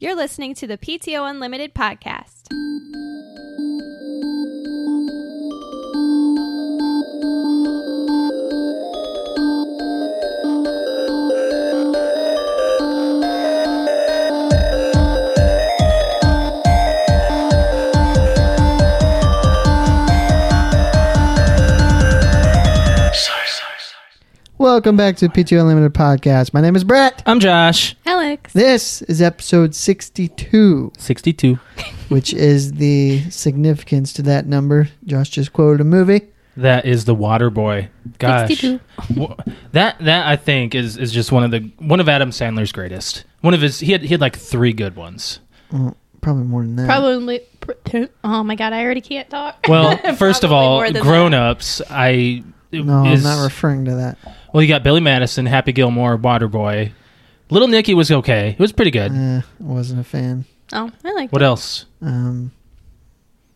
You're listening to the PTO Unlimited podcast. Welcome back to PTO Unlimited podcast. My name is Brett. I'm Josh. Alex. This is episode 62, 62. which is the significance to that number. Josh just quoted a movie. That is the Water Boy. Gosh, 62. Wha- that that I think is is just one of the one of Adam Sandler's greatest. One of his he had he had like three good ones. Well, probably more than that. Probably. Oh my God, I already can't talk. Well, first of Probably all, more than grown that. ups. I No, is- I'm not referring to that. well, you got Billy Madison, Happy Gilmore, Water Boy. Little Nicky was okay. It was pretty good. Uh, wasn't a fan. Oh, I like What else? Um,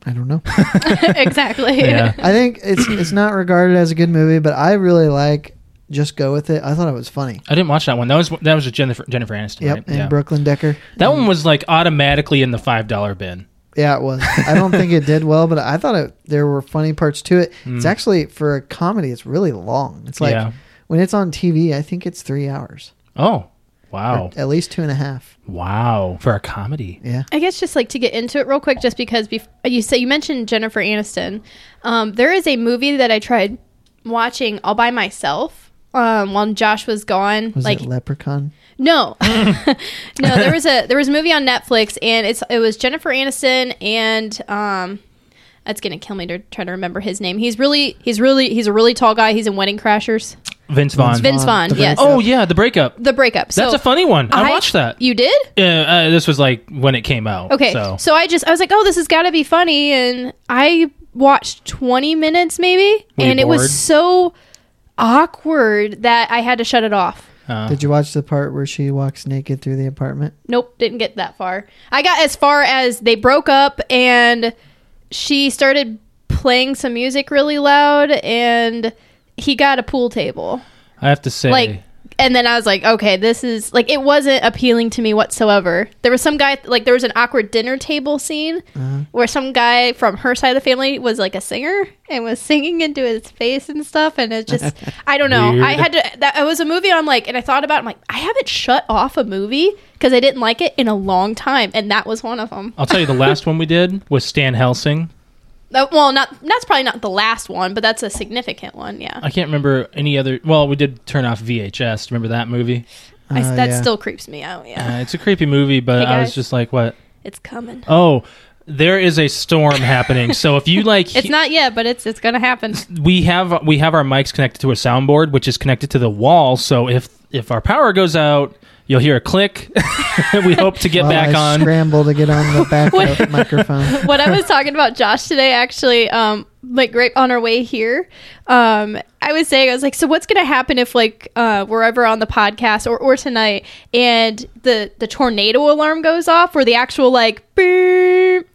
I don't know. that. exactly. Yeah. I think it's it's not regarded as a good movie, but I really like Just Go With It. I thought it was funny. I didn't watch that one. That was that was Jennifer Jennifer Aniston. Yep, right? and Yeah. Brooklyn Decker. that one was like automatically in the five dollar bin. Yeah, it was. I don't think it did well, but I thought it, there were funny parts to it. It's actually for a comedy. It's really long. It's like Mm. Yeah. when it's on TV, I think it's three hours, Oh or wow, at least two and a half. wow for a comedy. Yeah, I guess just like to get into it real quick, just because bef- you say you mentioned Jennifer Aniston, um, there is a movie that I tried watching all by myself um, while Josh was gone. was like it Leprechaun? no, no, there was a there was a movie on Netflix, and it's it was Jennifer Aniston and um, that's gonna kill me to try to remember his name. He's really he's really he's a really tall guy. He's in Wedding Crashers. Vince Vaughn. Vince Vaughn, the yes. breakup. Oh yeah, the breakup. The breakup. That's so a funny one. I, I- watched that. You did? Uh, uh, this was like when it came out. Okay. So. So, I just I was like, oh, this has got to be funny, and I watched 20 minutes maybe, Were you and it bored? was so awkward that I had to shut it off. uh, Did you watch the part where she walks naked through the apartment? Nope, didn't get that far. I got as far as they broke up, and she started playing some music really loud, and he got a pool table. I have to say, like and then i was like okay this is like it wasn't appealing to me whatsoever there was some guy like there was an awkward dinner table scene Uh-huh. where some guy from her side of the family was like a singer and was singing into his face and stuff and it just i don't know i Weird. had to that it was a movie i'm like and i thought about it, i'm like i haven't shut off a movie because i didn't like it in a long time and that was one of them I'll tell you, the last one we did was Stan Helsing. Uh, well not that's probably not the last one but that's a significant one yeah I can't remember any other. Well, we did turn off VHS. Remember that movie? I, Oh, that yeah. still creeps me out yeah Uh, it's a creepy movie, but Hey, I was guys. just like, what? it's coming Oh, there is a storm happening. So if you like, it's not yet but it's it's gonna happen we have we have our mics connected to a soundboard, which is connected to the wall. So if if our power goes out, you'll hear a click. we hope to get Well, back I on. Scramble to get on the What- backup microphone. when I was talking about Josh today, actually, um, like right on our way here, um, I was saying, I was like, so what's gonna happen if like uh we're ever on the podcast or, or tonight and the the tornado alarm goes off or the actual like beep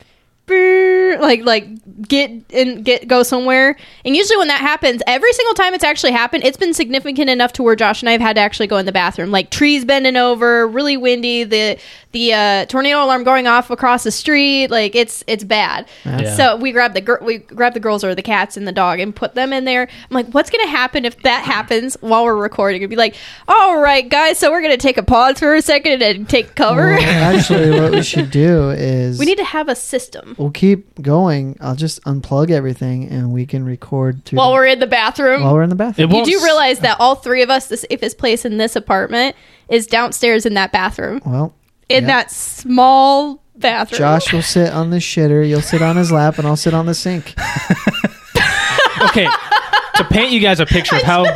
beep like like get and get go somewhere. And usually when that happens, every single time it's actually happened, it's been significant enough to where Josh and I have had to actually go in the bathroom. Like trees bending over, really windy, the the uh, tornado alarm going off across the street. Like it's it's bad. Yeah. So we grab the gir- we grab the girls or the cats and the dog and put them in there. I'm like, what's gonna happen if that happens while we're recording? It'd be like, all right, guys, so we're gonna take a pause for a second and take cover. Well, actually, what we should do is we need to have a system. we'll keep going. I'll just unplug everything and we can record through While the- we're in the bathroom, while we're in the bathroom. It You won't do s- realize that all three of us, the safest place in this apartment is downstairs in that bathroom, well, in Yeah. that small bathroom. Josh will sit on the shitter. You'll sit on his lap, and I'll sit on the sink. okay to paint you guys a picture of how I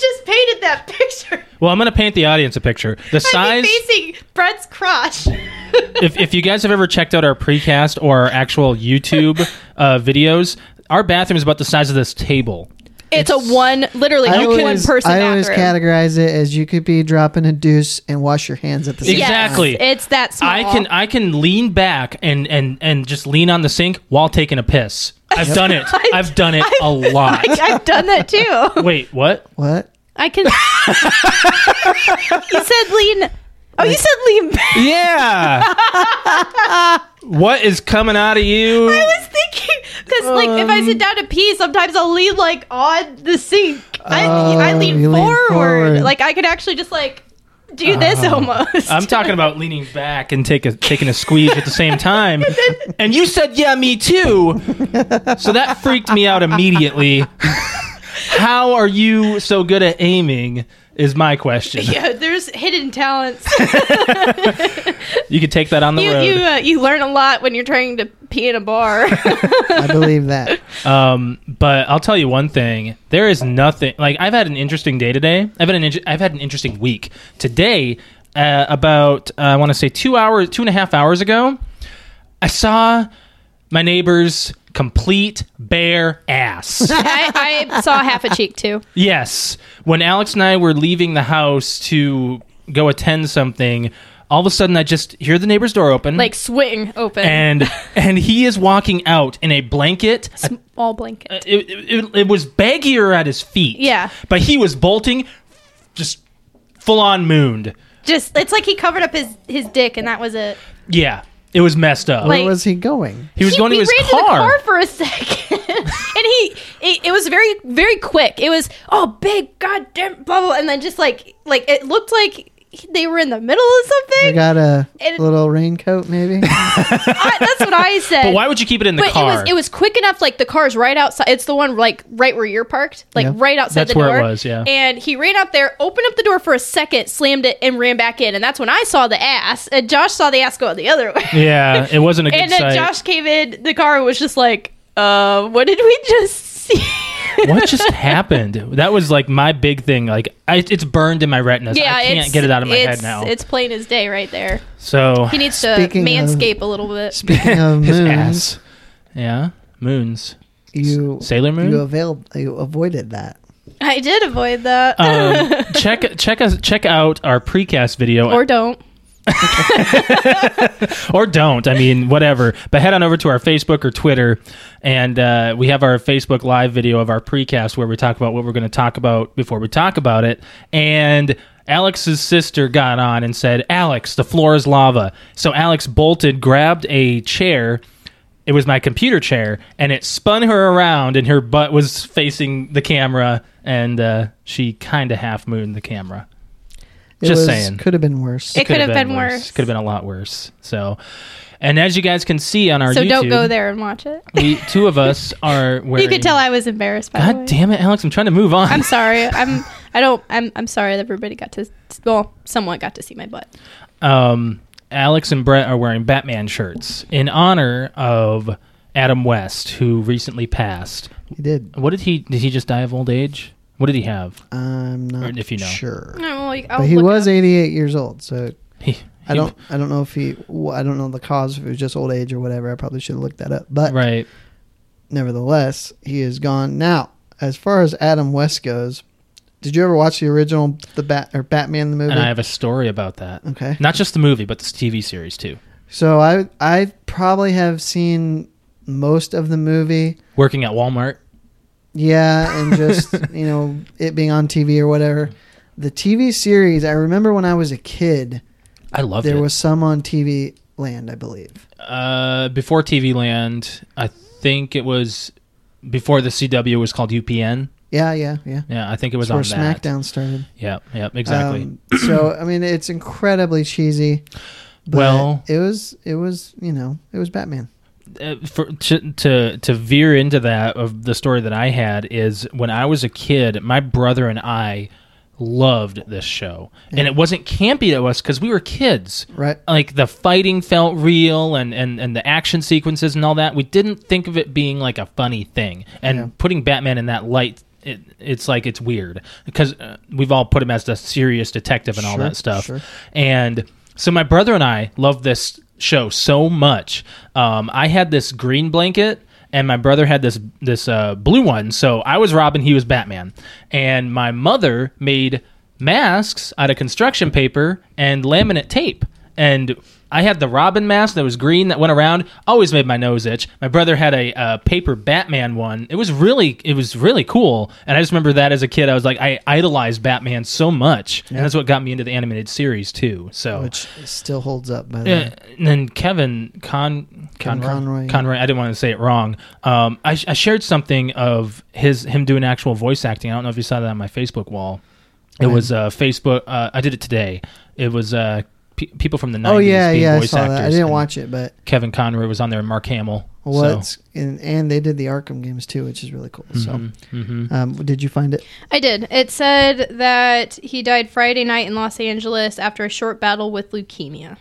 just painted that picture. well i'm gonna paint the audience a picture the I'd size be facing Brett's crotch. if, if you guys have ever checked out our precast or our actual youtube uh, videos our bathroom is about the size of this table it's, a one, literally I a always, one person I always bathroom. categorize it as you could be dropping a deuce and wash your hands at the same Yes, time. Exactly. it's that small. i can i can lean back and and and just lean on the sink while taking a piss i've done it i've done it a lot I've done that too. wait what What? I can. you said lean. Oh, you said lean back. Yeah. what is coming out of you? I was thinking because like if I Um, sit down to pee, sometimes I'll lean like on the sink. I, I Oh, lean you lean forward. forward. Uh-huh. Like I could actually just like do this almost. I'm talking about leaning back and take a, taking a squeeze at the same time. and you said, yeah, me too. So that freaked me out immediately. How are you so good at aiming? Is my question. yeah, there's hidden talents. You could take that on the you road. you uh, you learn a lot when you're trying to pee in a bar. I believe that. Um, but I'll tell you one thing: there is nothing like I've had an interesting day today. I've had an in- I've had an interesting week today. Uh, about uh, I want to say two hours, two and a half hours ago, I saw my neighbor's complete bare ass. I, I saw half a cheek too. Yes. When Alex and I were leaving the house to go attend something, all of a sudden I just hear the neighbor's door open. Like swing open. and and he is walking out in a blanket. a- Small blanket. it, it, it- it was baggier at his feet. Yeah. But he was bolting just full on mooned. Just it's like he covered up his his dick and that was it. Yeah. It was messed up. Like- Where was he going? he was going to we his ran car. to the car for a second, and he it, it was very very quick. It was oh big goddamn blah, blah blah, and then just like like it looked like they were in the middle of I something. got a It- little raincoat, maybe. I, that's what I said. But why would you keep it in the But it car? was it was quick enough. Like the car's right outside. It's the one like right where you're parked, like Yeah. right outside That's the door. where it was, yeah. And he ran out there, opened up the door for a second, slammed it, and ran back in. And that's when I saw the ass. And Josh saw the ass go the other way. yeah, it wasn't a good and then sight. Josh came in the car and was just like, uh, what did we just see? what just happened? That was like my big thing. Like I, it's burned in my retinas. I can't it's- get it out of my it's- head now. It's plain as day right there. so He needs to Speaking of- manscape a little bit. Speaking of his moons, ass. Yeah, moons. you Sailor Moon? You availed. You avoided that. I did avoid that. Um, check check us check out our precast video or don't. or don't. I mean, whatever. But head on over to our Facebook or Twitter, and uh, we have our Facebook live video of our precast where we talk about what we're going to talk about before we talk about it. And Alex's sister got on and said, "Alex, the floor is lava." So Alex bolted, grabbed a chair. It was my computer chair, and it spun her around, and her butt was facing the camera, and uh, she kind of half mooned the camera. It Just was, saying. could have been worse. It- could have been worse. Could have been a lot worse. So, and as you guys can see on our So YouTube, don't go there and watch it. we two of us are wearing. You could tell I was embarrassed by the way. God damn it, Alex! I'm trying to move on. I'm sorry. I'm I don't I'm I'm sorry that everybody got to well, someone got to see my butt. um, Alex and Brett are wearing Batman shirts in honor of Adam West, who recently passed. He did. What did he? Did he just die of old age? What did he have? I'm not if you know. sure. I'm like, I'll But he Oh, look was it up. 88 years old, so He, I he- don't. I don't know if he. wh- I don't know the cause. If it was just old age or whatever, I probably should have looked that up. But Right. nevertheless, he is gone now. As far as Adam West goes, did you ever watch the original the Bat or Batman the movie? And I have a story about that. okay. Not just the movie, but the TV series too. So I I probably have seen most of the movie. Working at Walmart. Yeah, and just you know it being on TV or whatever. The TV series I remember when I was a kid, I loved there it. was some on TV Land, I believe. Uh, before TV Land, I think it was before the CW was called UPN. Yeah, yeah, yeah. Yeah, I think it was That's where on that. SmackDown started. Yeah, yeah, exactly. Um, so I mean, it's incredibly cheesy. But Well- it was it was you know it was Batman. uh, for, to, to to veer into that of the story that I had is when I was a kid, my brother and I loved this show, and it wasn't campy to us because we were kids. Right. Like the fighting felt real, and and and the action sequences and all that. We didn't think of it being like a funny thing, and Yeah. putting Batman in that light. It, it's like it's weird because uh, we've all put him as the serious detective and all Sure, that stuff. sure. And so my brother and I loved this show so much. Um, I had this green blanket. And my brother had this this uh, blue one, so I was Robin, he was Batman, and my mother made masks out of construction paper and laminate tape, and I had the Robin mask that was green that went around. Always made my nose itch. My brother had a uh, paper Batman one. It was really, it was really cool. And I just remember that as a kid, I was like, I idolized Batman so much, and that's what got me into the animated series too. So which still holds up. By the yeah, way. Uh, and then Kevin Con Kevin Conroy Conroy. Conroy, I didn't want to say it wrong. Um, I, sh- I shared something of his him doing actual voice acting. I don't know if you saw that on my Facebook wall. It Right. was uh, Facebook. Uh, I did it today. It was uh, pe- people from the nineties. Oh yeah, being yeah. I voice saw actors. that. I didn't and watch it, but Kevin Conroy was on there and Mark Hamill. Mm-hmm, what's and, and they did the Arkham games too, which is really cool. So, hmm um, did you find it? I did. It said that he died Friday night in Los Angeles after a short battle with leukemia.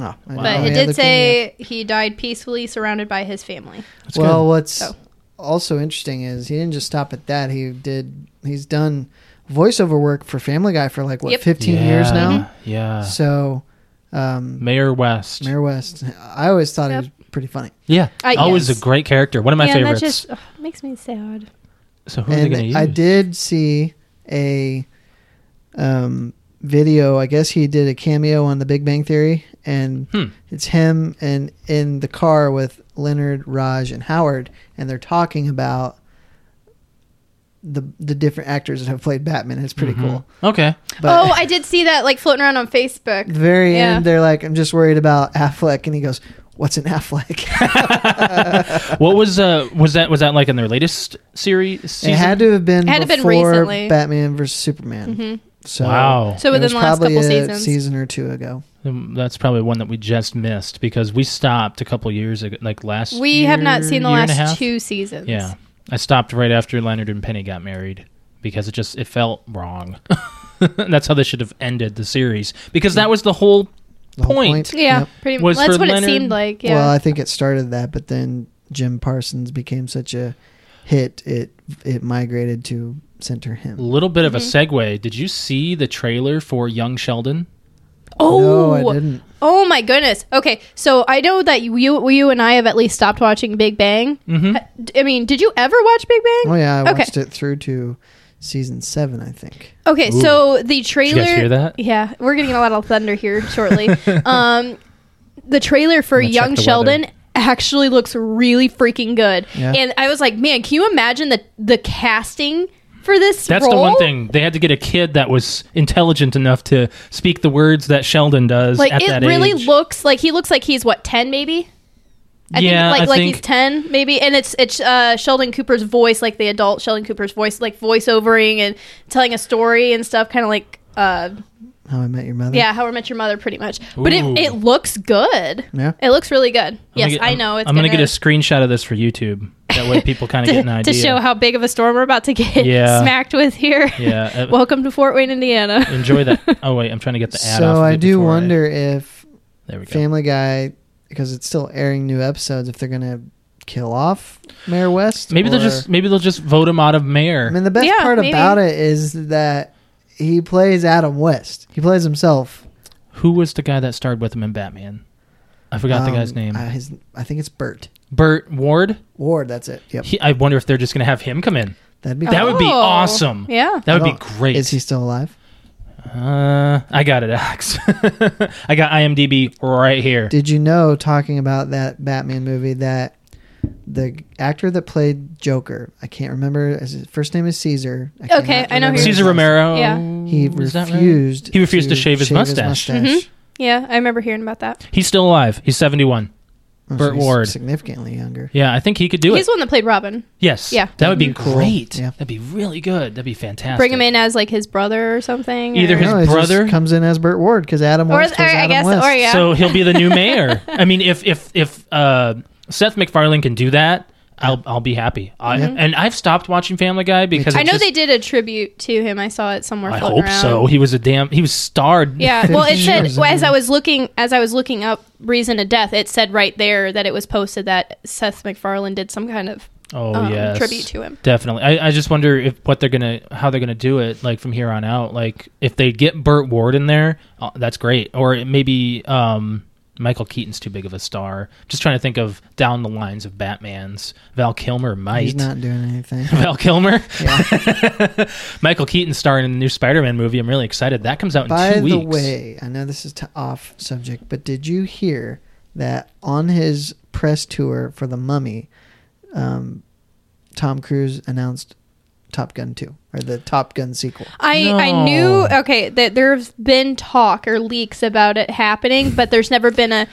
Oh, I- But oh, it yeah, did leukemia. say he died peacefully surrounded by his family. well, what's Oh. also interesting is he didn't just stop at that. He did. He's done voiceover work for Family Guy for like what Yep. 15 years now. Yeah, Uh. So, um, Mayor West. Mayor West, I always thought Yep. he was pretty funny. yeah, I- always Uh, yes. a great character. One of my Man, favorites. that just ugh, makes me sad. so who are they and going to use? I did see a um, video. I guess he did a cameo on The Big Bang Theory, and Hmm. it's him and in the car with Leonard, Raj, and Howard, and they're talking about the the different actors that have played Batman. It's pretty Mm-hmm. cool. Okay. But oh, I did see that like floating around on Facebook. at the very Yeah. end, they're like, "I'm just worried about Affleck," and he goes, "What's an Affleck?" What was uh was that was that like in their latest series? Season? it had to have been It had to have been before recently. Mm-hmm. Batman versus Superman. So wow. So it within was the last probably couple a seasons, season or two ago. Um, That's probably one that we just missed because we stopped a couple years ago, like last. we have not year- seen the year and a last half. two seasons. Yeah, I stopped right after Leonard and Penny got married because it just it felt wrong. That's how they should have ended the series because that was the whole The whole point. Yeah, Yep. pretty much. Was That's for what Leonard- it seemed like. Yeah. Well, I think it started that, but then Jim Parsons became such a hit it it migrated to center him. little bit of a Mm-hmm. segue. Did you see the trailer for Young Sheldon? oh, no, I didn't. oh my goodness. Okay, so I know that you, you, you and I have at least stopped watching Big Bang. Mm-hmm. Uh, d- I mean, did you ever watch Big Bang? Oh yeah, I Okay. watched it through to season seven, I think. Okay, Ooh. so the Did trailer. you guys hear that? Yeah, we're getting a lot of thunder here shortly. um, the trailer for I'm gonna check Young the Sheldon actually looks really freaking good, Yeah. and I was like, man, can you imagine the the casting for this? That's the role? one thing they had to get a kid that was intelligent enough to speak the words that Sheldon does. Like at it that really age. looks like he looks like he's what ten maybe. I Yeah, think like I like think- he's ten maybe, and it's it's uh, Sheldon Cooper's voice, like the adult Sheldon Cooper's voice, like voiceovering and telling a story and stuff, kind of like. Uh, How I Met Your Mother. Yeah, How I Met Your Mother, pretty much. But it, Ooh. it looks good. Yeah. It looks really good. I'm yes, gonna get- I I'm- know. It's I'm gonna, get a screenshot of this for YouTube. That way, people kind of get an to, idea. to show how big of a storm we're about to get Yeah. smacked with here. Yeah. uh, Welcome to Fort Wayne, Indiana. enjoy that. Oh wait, I'm trying to get the ad. off So of I it do before wonder if there we go. Family Guy because it's still airing new episodes, if they're gonna kill off Mayor West. maybe they'll or- just maybe they'll just vote him out of mayor. I mean the best Yeah, part maybe. about it is that he plays Adam West. He plays himself. Who was the guy that starred with him in Batman? I forgot the Um, guy's name. uh, his, I think it's Bert. Burt Ward. Ward, that's it. Yep. He, I wonder if they're just gonna have him come in. That'd be That cool. would be Oh. awesome. Yeah. That would I be don't- great. Is he still alive? uh, I got it, Alex. I got IMDb right here. Did you know talking about that Batman movie that the actor that played Joker, I can't remember his first name is Caesar. cannot Okay, I know remember who- his Caesar last- Romero. Yeah. He Is that right? refused. He refused to shave his mustache. Mhm. yeah, I remember hearing about that. He's still alive. He's 71. Oh, so Burt he's Ward. significantly younger. Yeah, I think he could do he's it. the one that played Robin. Yes. Yeah. That would be That'd be cool. great. Yeah. That'd be really good. That'd be fantastic. Bring him in as like his brother or something. Either or, his- No, it just brother? comes in as Burt Ward because Adam or, or, West was I Adam guess, West. or yeah. So he'll be the new mayor. I mean, if if if uh, Seth MacFarlane can do that, I'll I'll be happy. I, And I've stopped watching Family Guy because Mm-hmm. I it know just- they did a tribute to him. I saw it somewhere. I floating hope around. so. He was a damn. He was starred. Yeah. Well, it 15 said years well, as ago. I was looking as I was looking up reason of death, it said right there that it was posted that Seth MacFarlane did some kind of Oh um, yes. tribute to him. Definitely. I, I just wonder if what they're gonna how they're gonna do it like from here on out. Like if they get Burt Ward in there, uh, that's great. Or it maybe um Michael Keaton's too big of a star. Just trying to think of down the lines of Batman's. Val Kilmer might. He's not doing anything. Val Kilmer. Yeah. Michael Keaton starring in the new Spider-Man movie. I'm really excited. That comes out in By two the weeks. way, I know this is t- off subject, but did you hear that on his press tour for The Mummy, um, Tom Cruise announced Top Gun 2 or the Top Gun sequel? I, No. I knew okay that there's been talk or leaks about it happening, but there's never been a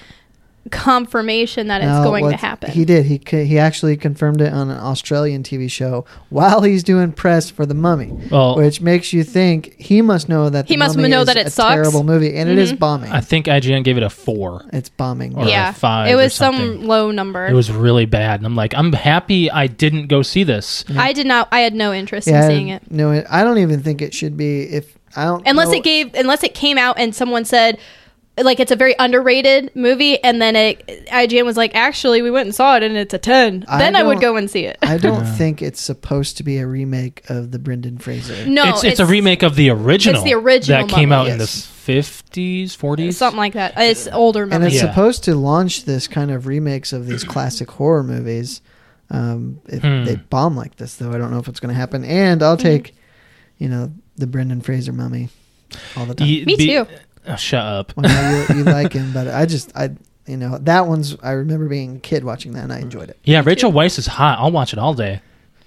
confirmation that it's No, going to what- happen. He did. He c- he actually confirmed it on an Australian TV show while he's doing press for The Mummy, Well- which makes you think he must know that He The must Mummy know is that it a sucks. Mm-hmm. terrible movie, and it is bombing. I think IGN gave it a four. it's bombing. Or yeah, a five it or was some something. low number. It was really bad, and I'm like, I'm happy I didn't go see this. I did not. I had no interest Yeah, I in seeing it. don't- No, I don't even think it should be. If I don't, unless know- it gave unless it came out and someone said like it's a very underrated movie and then it IGN was like actually we went and saw it and it's a 10 I then I would don't- go and see it I don't think it's supposed to be a remake of the Brendan Fraser. no it's, it's a remake of the original. original that came Mummy, out in the yes. 50s, 40s. something like that it's older And movie it's Yeah. supposed to launch this kind of remakes of these classic horror movies. Um, if Hmm. they bomb like this, though, I don't know if it's going to happen. And Hmm. I'll take, you know, the Brendan Fraser mummy all the time. Ye- Me be- too. Oh, shut up. Well, I know you, you like him, but I just, I, you know, that one's. I remember being a kid watching that, and I enjoyed it. Yeah, Rachel Weisz is hot. I'll watch it all day.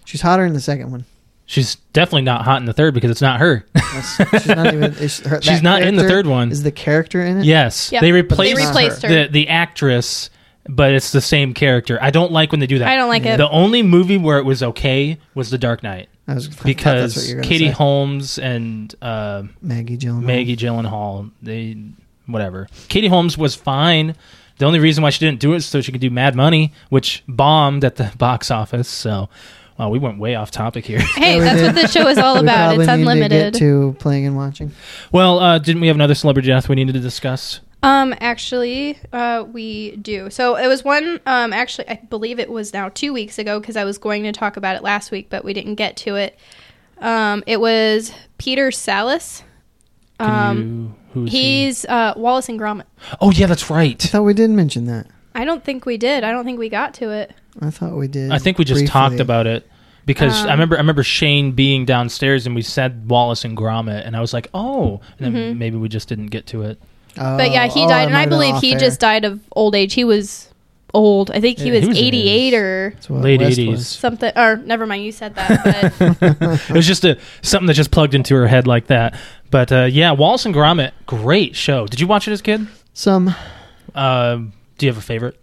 She's hotter in the second one. She's definitely not hot in the third because it's not her. That's, she's not even. Is her, She's that not in the character- third one. Is the character in it? yes, Yeah, they they replaced, replaced her. the the actress, but it's the same character. I don't like when they do that. I don't like it. The only movie where it was okay was The Dark Knight I was, I thought that's what because you were gonna Katie say. Holmes and uh, Maggie Gyllenhaal. Maggie Gyllenhaal, they whatever. Katie Holmes was fine. The only reason why she didn't do it is so she could do Mad Money, which bombed at the box office. So, wow, we went way off topic here. hey we that's did. what this show is all We about probably it's need unlimited To, get to playing and watching. well, uh, didn't we have another celebrity death we needed to discuss? Um, actually, uh, we do. So it was one. Um, actually, I believe it was now two weeks ago because I was going to talk about it last week, but we didn't get to it. Um, it was Peter Salas. Can Um, you, who is he? he's uh, Wallace and Gromit. Oh yeah, that's I right. thought we did mention that. I don't think we did. I don't think we got to it. I thought we did. I think we just briefly. talked about it because Um, I remember I remember Shane being downstairs and we said Wallace and Gromit, and I was like, oh, and then maybe we just didn't get to it. Oh, But yeah, he oh, died, and might I have been believe off he air. just died of old age. He was old. I think he Yeah, was, he was in his- 88 or That's what Late West 80s. was. something. Or never mind, you said that. But it was just a something that just plugged into her head like that. But uh, yeah, Wallace and Gromit, great show. Did you watch it as a kid? Some. Uh, do you have a favorite?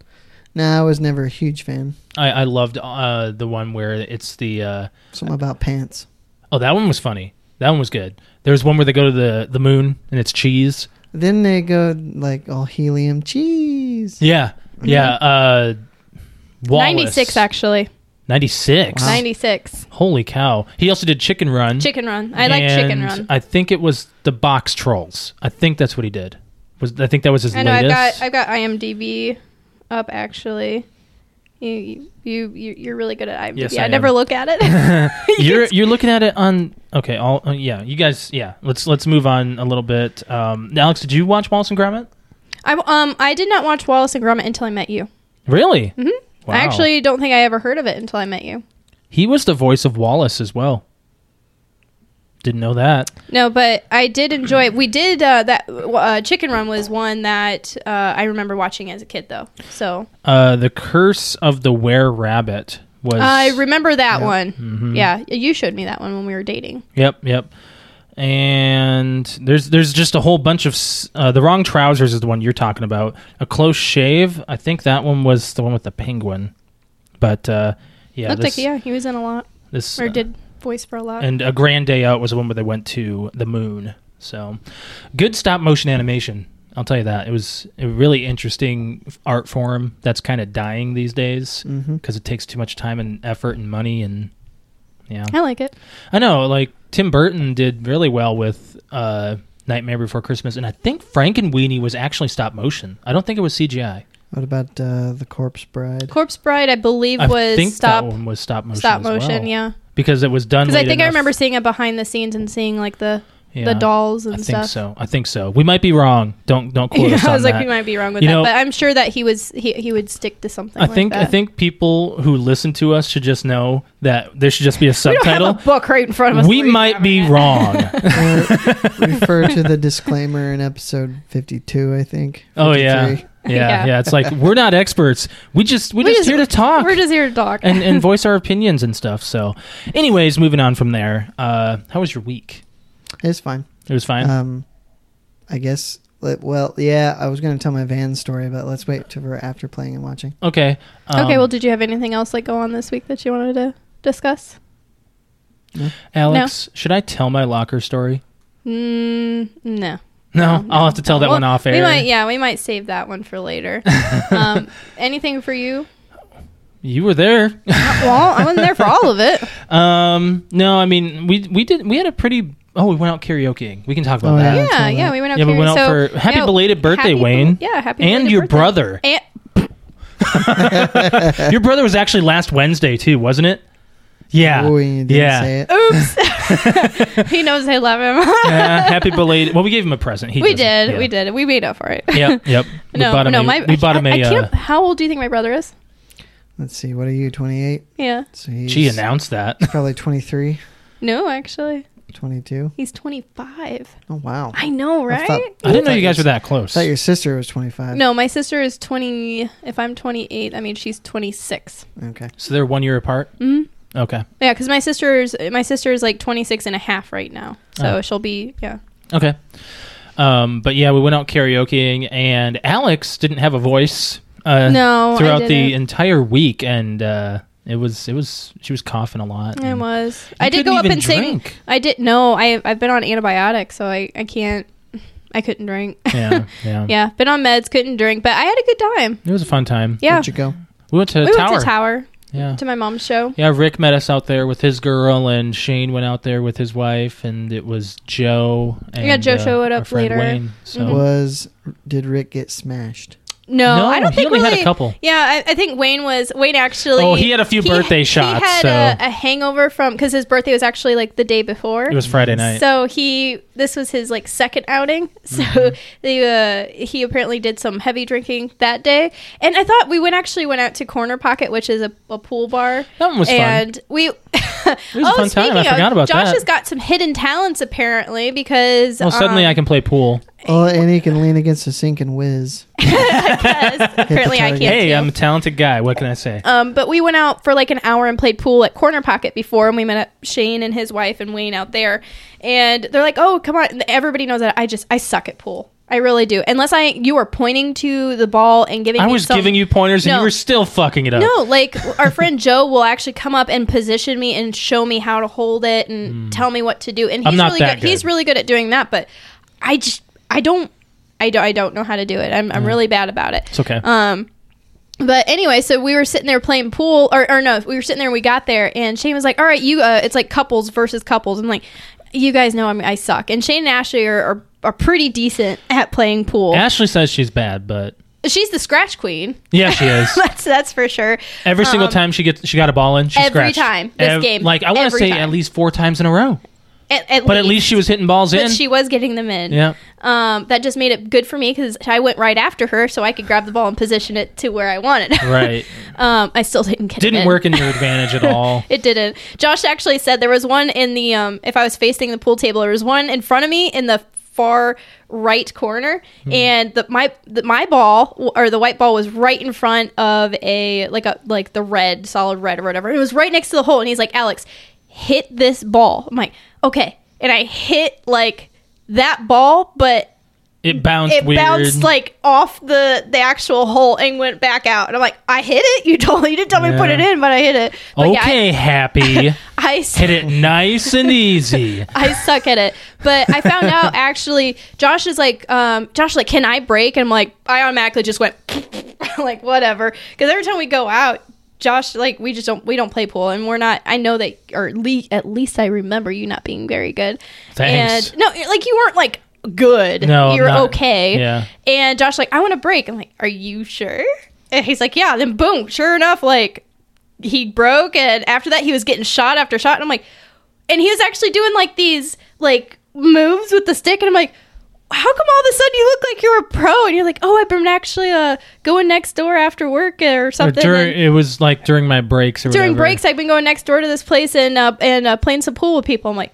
Nah, I was never a huge fan. I, I loved uh, the one where it's the uh, Something about pants. oh that one was funny. That one was good. There's one where they go to the the moon and it's cheese. Then they go like all helium cheese. Yeah, yeah. Uh, Wallace. 96 actually. Ninety six. Wow. 96. Holy cow! He also did Chicken Run. Chicken Run. I like Chicken Mm-hmm. and Run. I think it was the Box Trolls. I think that's what he did. Was I think that was his I know I've latest. got I've got IMDb up actually. You you you you- you're really good at IMDb. Yes, I, I never am. look at it. you're you're looking at it on okay all uh, yeah you guys yeah let's let's move on a little bit um alex did you watch wallace and gromit I um I did not watch Wallace and Gromit until I met you. really hmm Wow. I actually don't think I ever heard of it until I met you. he was the voice of wallace as well didn't know that No, but I did enjoy it. We did uh, that uh, Chicken Run was one that uh, I remember watching as a kid though. So uh the curse of the were rabbit was I remember that Yeah. one. Mhm. Yeah, you showed me that one when we were dating. Yep, yep. And there's there's just a whole bunch of s- uh, the wrong trousers is the one you're talking about. A close shave, I think that one was the one with the penguin. But uh, yeah, Looked this, like yeah, he was in a lot this or uh, did voice for a lot. and a grand day out was the one where they went to the moon. So good stop motion animation. I'll tell you that it was a really interesting f- art form that's kind of dying these days Mm. Mm-hmm. because it takes too much time and effort and money and yeah. I like it. I know, like Tim Burton did really well with uh, Nightmare Before Christmas, and I think Frank and Weenie was actually stop motion. I don't think it was CGI. What about uh, the Corpse Bride? Corpse Bride, I believe, I was think stop that one was stop motion. stop as motion. well. Yeah, because it was done. because I late think I enough. remember seeing it behind the scenes and seeing like the Yeah. the dolls and I think stuff. so. I think so. We might be wrong. Don't don't quote Yeah, us on I was like, that. we might be wrong with You that, know- but I'm sure that he was he, he would stick to something. I like think I that. think people who listen to us should just know that there should just be a we don't have subtitle. a book right in front of us. we to read might from be yet. wrong. Or refer to the disclaimer in episode 52, I think. oh yeah. 53. yeah, yeah, Yeah. It's like we're not experts. We just we, We just, just- here to talk We're just here to talk. and and voice our opinions and stuff. So, anyways, moving on from there. Uh, how was your week? It's fine. It was fine. Um, I guess. let- Well, yeah, I was going to tell my van story, but let's wait till we're after playing and watching. okay. Um, okay, well, did you have anything else like go on this week that you wanted to discuss? Alex, should I tell my locker story? Mm, no. No, No, I'll have to tell that Well, one off air. We might, yeah, we might save that one for later. um, anything for you? You were there. Well, I wasn't there for all of it. Um, no, I mean we we did we had a pretty oh we went out karaokeing. We can talk about Oh, that. yeah. Yeah, that's all yeah, right. we went out. Yeah, we here, went out so- for- happy yeah, belated birthday, happy bel- Wayne. yeah, happy And belated your birthday. brother. And, Your brother was actually last Wednesday too, wasn't it? Yeah. Oh, you didn't yeah. say it. oops, he knows I love him. Yeah, happy belated. Well, we gave him a present. He we doesn't. did, Yeah. we did, we made up for it. Yep, yep. we no, bought him no, a, my we bought him I- I a. can't- uh, how old do you think my brother is? Let's see. What are you, 28? Yeah, So he's she announced that. probably 23, no, actually, 22. he's twenty five. Oh, wow. I know, right? thought- I didn't know thought you guys were your- that close. thought your sister was 25. no, my sister is twenty. If I'm twenty eight, I mean she's twenty six. Okay. So they're one year apart. Mm-hmm. Okay. Yeah, because my sister's my sister is like 26 and a half right now, so Oh. she'll be yeah. Okay. Um, but yeah, we went out karaokeing, and Alex didn't have a voice. Uh, no, throughout Oh, I the didn't. entire week, and uh, it was it was she was coughing a lot. I and was. you I did go couldn't up even and sing. drink. I did. No, I I've been on antibiotics, so I I can't. I couldn't drink. Yeah, yeah, yeah, been on meds, couldn't drink, but I had a good time. It was a fun time. Yeah, Where'd you go? We went to we Tower. Oh. went to Tower Yeah, to my mom's show. yeah. Rick met us out there with his girl, and Shane went out there with his wife, and it was Joe. And, Yeah, Joe uh, showed up our friend later. Wayne, so Mhm. Was did Rick get smashed? No, No, I don't he think only had a really, couple. Yeah, I, I think Wayne was Wayne actually. Oh, he had a few birthday shots, He had so- a, a hangover from because his birthday was actually like the day before. it was Friday night. So he, this was his like second outing. So Mm-hmm. the uh, he apparently did some heavy drinking that day, and I thought we went actually went out to Corner Pocket, which is a, a pool bar. that one was fun. and we it was was a fun time. I forgot about Josh that. has got some hidden talents apparently because Well, suddenly um, I can play pool. Oh, and he can lean against a sink and whiz. apparently I can't. target. Hey, do. I'm a talented guy. What can I say? Um, but we went out for like an hour and played pool at Corner Pocket before, and we met up Shane and his wife and Wayne out there, and they're like, "Oh, come on!" And everybody knows that I just I suck at pool. I really do. Unless I you were pointing to the ball and giving. I me was some- giving you pointers, and No. you were still fucking it up. No, like our friend Joe will actually come up and position me and show me how to hold it and tell me what to do. And he's Hmm. I'm not really that good. He's good. really good at doing that, but I just I don't I don't I don't know how to do it. I'm I'm really bad about it. Hmm. it's okay. Um, but anyway, so we were sitting there playing pool, or, or no, we were sitting there. and We got there, and Shane was like, "All right, you." Uh, it's like couples versus couples. I'm like, "You guys know I'm, I suck." And Shane and Ashley are, are are pretty decent at playing pool. Ashley says she's bad, but She's the scratch queen. yeah, she is. that's that's for sure. Every single Um, time she gets, she got a ball in. She every scratched. time, this game, like I want to every say time. at least four times in a row. At, at But at least she was hitting balls but in. she was getting them in. yeah, Um, that just made it good for me because I went right after her, so I could grab the ball and position it to where I wanted. right. um, I still didn't get it Didn't in. work in your advantage at all. It didn't. Josh actually said there was one in the um if I was facing the pool table, there was one in front of me in the far right corner Hmm. and the my the, my ball or the white ball was right in front of a like a like the red solid red or whatever. It was right next to the hole and he's like, "Alex, hit this ball." I'm like, "Okay." And I hit like that ball, but It bounced it weird. bounced like off the the actual hole and went back out. And I'm like, "I hit it. You told you didn't tell me to put Yeah. it in, but I hit it." But yeah, I- okay, happy. I Hit it nice and easy. I suck at it. But I found out actually, Josh is like, um, Josh, like, can I break? And I'm like, I automatically just went, like, whatever. Because every time we go out, Josh, like, we just don't, we don't play pool, and we're not. I know that, or at least, at least I remember you not being very good. Thanks. And no, like you weren't like good. No, you were I'm not- okay. yeah. And Josh, like, I want a break. I'm like, are you sure? And he's like, yeah. Then boom, sure enough, like he broke and after that he was getting shot after shot and i'm like and he was actually doing like these like moves with the stick, and I'm like, how come all of a sudden you look like you're a pro? And you're like, oh, I've been actually uh, going next door after work or Or something. during, and it was like during my breaks or during whatever. breaks, I've been going next door to this place and uh, and uh, playing some pool with people. I'm like.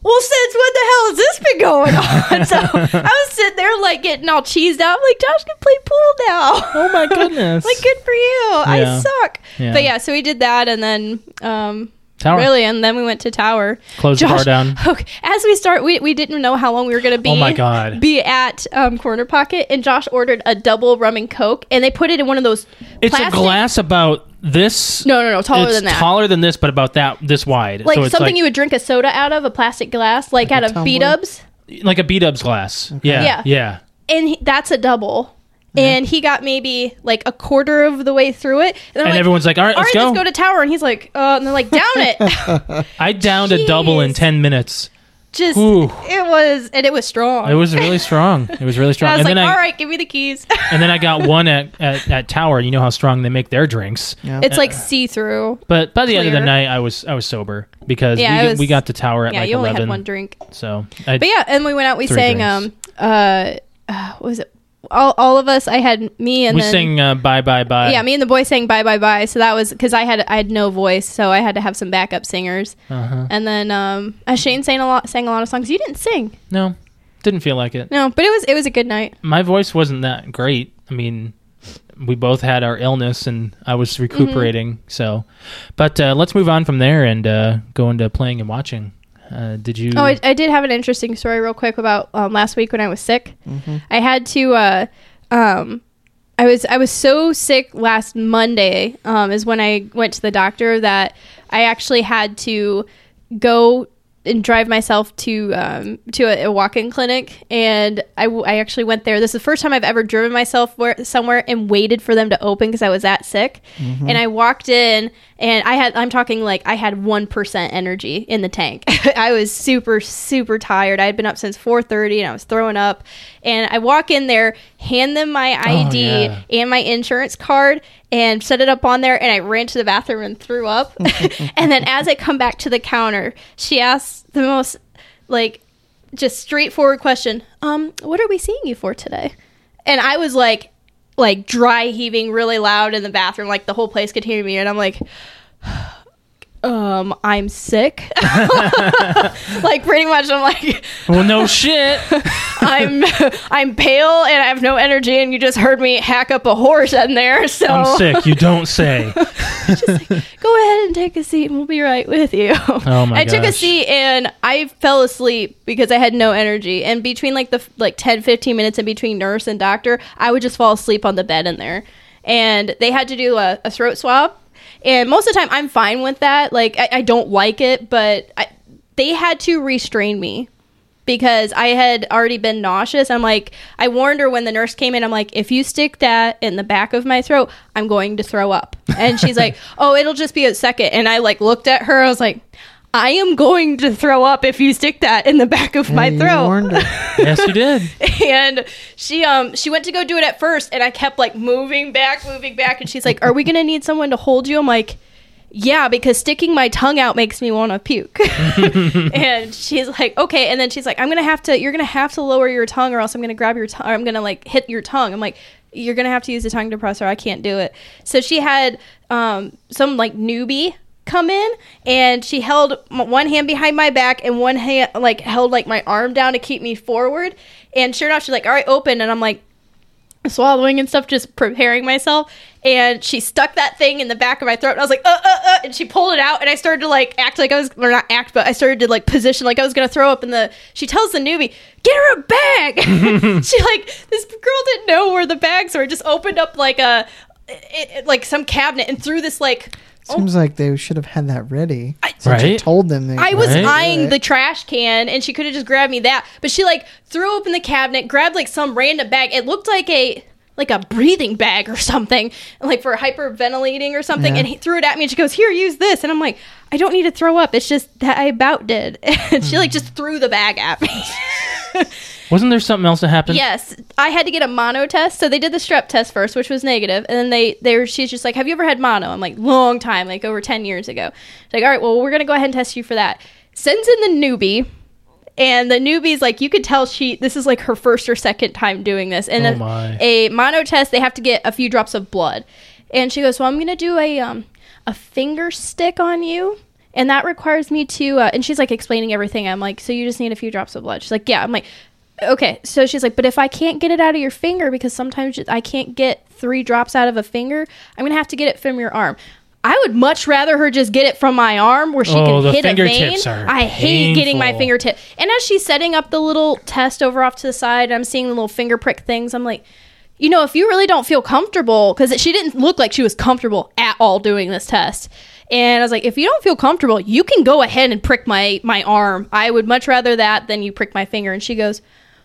Well, since when the hell has this been going on? so I was sitting there like getting all cheesed out. I'm like, Josh can play pool now. Oh my goodness! like good for you. Yeah. I suck. Yeah. But yeah, so we did that, and then um, Tower. really, and then we went to Tower. Close the bar down. Okay, as we start, we, we didn't know how long we were going to be. Oh my God. Be at um, Corner Pocket, and Josh ordered a double rum and coke, and they put it in one of those. It's plastic- a glass about this. No, no, no, taller it's than that. Taller than this, but about that this wide. Like so it's something like, you would drink a soda out of, a plastic glass, like, out of tumbler? B Dubs, like a beat ups glass. Yeah, yeah, Yeah. and he, that's a double. And he got maybe like a quarter of the way through it, and, I'm And like, everyone's like, "All right, "All let's right, go." let's go to Tower," and he's like, "Uh," and they're like, "Down it." I downed a double in Jeez. ten minutes. just Ooh. it was and it was strong. It was really strong. It was really And strong. I was like, and then I all right, give me the keys. and then I got one at, at, at Tower. You know how strong they make their drinks. Yeah. it's like see through. But by the end of the Clear. night, I was I was sober because Yeah, we, I got- was- we got to Tower at Yeah, like you only eleven. had one drink. So I, But yeah, and we went out. We Three sang. drinks. Um. Uh. uh, What was it? All, all of us. I had me and we then, sang uh, "Bye Bye Bye." Yeah, me and the boy sang "Bye Bye Bye." So that was because I had I had no voice, so I had to have some backup singers. Uh-huh. And then um, uh, Shane sang a lot sang a lot of songs. You didn't sing, No, didn't feel like it. no, but it was it was a good night. My voice wasn't that great. I mean, we both had our illness, and I Mm-hmm. was recuperating. So, but uh, let's move on from there and uh, go into playing and watching. Uh, did you? Oh, I, I did have an interesting story real quick about um, last week when I was sick. Mm-hmm. I had to. Uh, um, I was I was so sick last Monday. Um, is when I went to the doctor that I actually had to go and drive myself to um, to a, a walk-in clinic, and I, w- I actually went there. This is the first time I've ever driven myself where, somewhere and waited for them to open because I was that sick. And I walked in, and I had I'm talking like I had one percent energy in the tank. I was super super tired. I had been up since 4:30, and I was throwing up. And I walk in there, hand them my ID yeah. and my insurance card and set it up on there and I ran to the bathroom and threw up. and then as I come back to the counter, she asks the most like just straightforward question, um, what are we seeing you for today? And I was like like dry heaving really loud in the bathroom, like the whole place could hear me and I'm like um, I'm sick. like pretty much I'm like well, no shit. I'm I'm pale and I have no energy and you just heard me hack up a horse in there. So I'm sick. You don't say. go ahead and take a seat and we'll be right with you. Oh my I took a gosh. seat and I fell asleep because I had no energy. And between like the f- like 10 15 minutes in between nurse and doctor, I would just fall asleep on the bed in there. And they had to do a, a throat swab. And most of the time I'm fine with that. Like I, I don't like it, but I, they had to restrain me because I had already been nauseous. I'm like, I warned her when the nurse came in. I'm like, if you stick that in the back of my throat, I'm going to throw up. And she's like, oh, it'll just be a second. And I like looked at her. I was like, I am going to throw up if you stick that in the back of my You throat warned her. yes, you did. and she um she went to go do it at first and i kept like moving back moving back and she's like are we gonna need someone to hold you i'm like yeah because sticking my tongue out makes me want to puke and she's like okay and then she's like i'm gonna have to you're gonna have to lower your tongue or else i'm gonna grab your tongue or i'm gonna like hit your tongue i'm like you're gonna have to use a tongue depressor i can't do it so she had um some like newbie come in and she held m- one hand behind my back and one hand like held like my arm down to keep me forward and sure enough she's like all right open and i'm like swallowing and stuff just preparing myself and she stuck that thing in the back of my throat and i was like uh uh uh and she pulled it out and i started to like act like i was or not act but i started to like position like i was gonna throw up and the she tells the newbie get her a bag she like this girl didn't know where the bags were just opened up like a it, it- like some cabinet and threw this like Seems like they should have had that ready. I- Since you Right? told them they. I was Right? eyeing the trash can, and she could have just grabbed me that. But she like threw open the cabinet, grabbed like some random bag. It looked like a like a breathing bag or something, like for hyperventilating or something. Yeah. And he threw it at me, and she goes, "Here, use this." And I'm like, "I don't need to throw up. It's just that I about did." And she like just threw the bag at me. Wasn't there something else that happened? yes, I had to get a mono test. So they did the strep test first, which was negative, and then they they were, she's just like, "Have you ever had mono?" I'm like, "Long time, like over ten years ago." She's like, "All right, well, we're gonna go ahead and test you for that." Sends in the newbie And the newbies, like you could tell, she this is like her first or second time doing this. And Oh a- my. a mono test, they have to get a few drops of blood. And she goes, "Well, I'm gonna do a um a finger stick on you." And that requires me to, uh, and she's like explaining everything. I'm like, so you just need a few drops of blood. She's like, yeah. I'm like, okay. So she's like, but if I can't get it out of your finger, because sometimes I can't get three drops out of a finger, I'm going to have to get it from your arm. I would much rather her just get it from my arm where she Oh, the can hit a vein. fingertips are I hate getting my painful. fingertip. And as she's setting up the little test over off to the side, I'm seeing the little finger prick things. I'm like, you know, if you really don't feel comfortable, because she didn't look like she was comfortable at all doing this test. And I was like, if you don't feel comfortable, you can go ahead and prick my my arm. I would much rather that than you prick my finger. And she goes,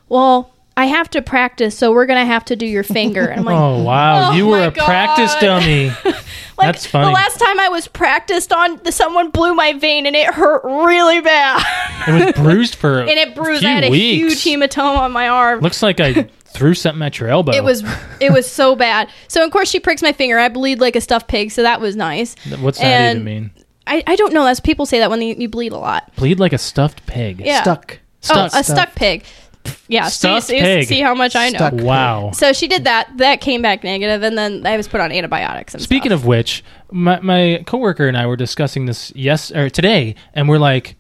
well. I have to practice, so we're gonna have to do your finger. And I'm like, Oh wow, Oh you were my a practice God. dummy. like, Oh, That's funny. The last time I was practiced on, the, someone blew my vein and it hurt really bad. It was bruised for and it bruised. Few I had a weeks. huge hematoma on my arm. Looks like I threw something at your elbow. it was it was so bad. So of course she pricks my finger. I bleed like a stuffed pig, so that was nice. What's that and- even mean? I, I don't know. That's people say that when they, you bleed a lot. Bleed like a stuffed pig. Yeah. Stuck. Stuck. oh, a Stuff. stuck pig. Pff, Yeah, see, Stuffed see, pig. see how much I know. Stuck. wow. So she did that. That came back negative, and then I was put on antibiotics. And Speaking of which, my, my coworker and I were discussing this yes or today, and we're like,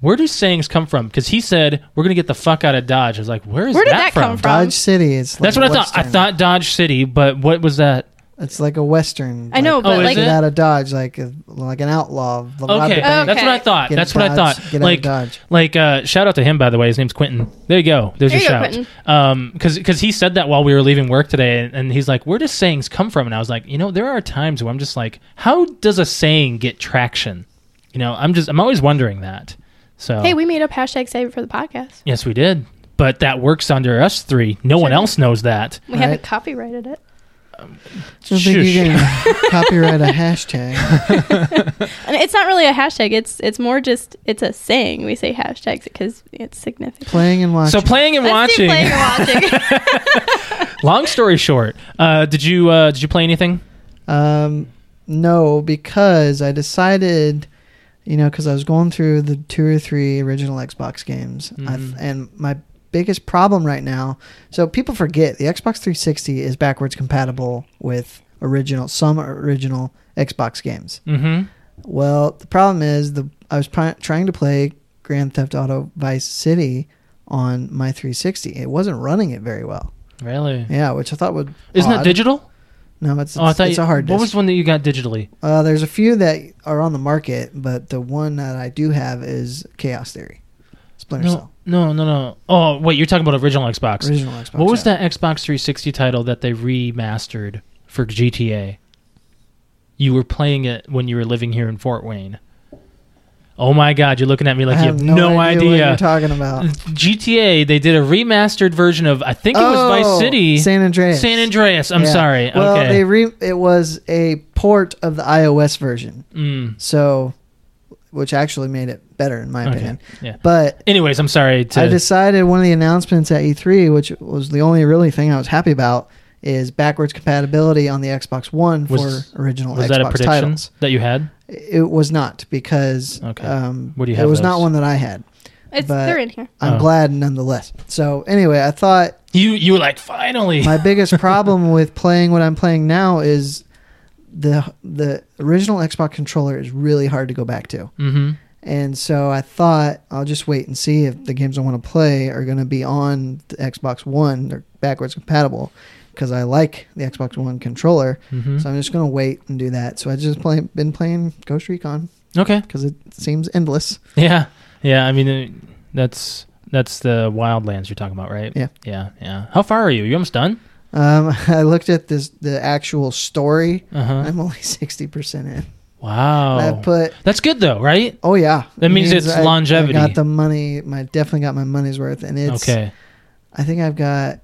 where do sayings come from? Because he said we're gonna get the fuck out of Dodge. I was like, where is Where did that come from? Dodge City. It's That's like what I a thought. I Western. thought Dodge City, but what was that? it's like a western. I know, like, but Oh, is like it? without a Dodge, like a, like an outlaw. of the Okay, Lada that's what I Okay. thought. Get that's out what of I Dodge. thought. Get out of like, Dodge. like, uh, shout out to him by the way. His name's Quentin. There you go. There's There your you go, shout. Quentin. Um, because he said that while we were leaving work today, and, and he's like, "Where do sayings come from?" And I was like, "You know, there are times where I'm just like, how does a saying get traction? You know, I'm just I'm always wondering that. So hey, we made up hashtag save it for the podcast. yes, we did, but that works under us three. No one Sure. else knows that. We Right. haven't copyrighted it. I don't think you Shush. can copyright a hashtag. And it's not really a hashtag. It's it's more just it's a saying. We say hashtags because it's significant. Playing and watching. So playing and Let's do watching. playing and watching. Long story short, uh, did you uh, did you play anything? Um, no, because I decided, you know, because I was going through the two or three original Xbox games, I Mm-hmm. th- and my biggest problem right now. So people forget the Xbox 360 is backwards compatible with original some original Xbox games. Mm-hmm. Well, the problem is the I was pri- trying to play Grand Theft Auto Vice City on my 360. It wasn't running it very well. Really? Yeah, which I thought would Isn't odd. that digital? No, it's it's, oh, I thought it's you- a hard disk. What was one that you got digitally? Uh, there's a few that are on the market, but the one that I do have is Chaos Theory, Splinter No, Cell, no, no, no. Oh, wait, you're talking about original Xbox. original Xbox. what was yeah. that Xbox 360 title that they remastered for GTA? You were playing it when you were living here in Fort Wayne. Oh my God, you're looking at me like I you have no, idea. what you're talking about. Oh, GTA, they did a remastered version of I think it was Vice City, San Andreas. San Andreas. I'm Yeah. sorry. Well, okay. they re- it was a port of the iOS version, Mm, so which actually made it better in my Okay. opinion. Yeah. But Anyways, I'm sorry to. I decided one of the announcements at E3, which was the only really thing I was happy about, is backwards compatibility on the Xbox One Was- for original was Xbox that a prediction titles. that you had? It was not because Okay. um, Where do you it have was not those? one that I had. It's, But- they're in here. I'm Oh. glad nonetheless. So anyway, I thought You you were like finally. my biggest problem with playing what I'm playing now is the the original Xbox controller is really hard to go back to. mm-hmm. And so I thought I'll just wait and see if the games I want to play are going to be on the Xbox One. They're backwards compatible because I like the Xbox One controller. Mhm. So I'm just going to wait and do that. So I just play, been playing Ghost Recon Okay. because it seems endless. Yeah. Yeah. I mean, uh, that's that's the wildlands you're talking about, right? Yeah. Yeah. Yeah. How far are you? You almost done? Um, I looked at this the actual story. Uh huh. I'm only sixty percent in. Wow. I put. that's good though, right? Oh yeah. That It means it's I- longevity. I got the money. My definitely got my money's worth, and it's. okay. I think I've got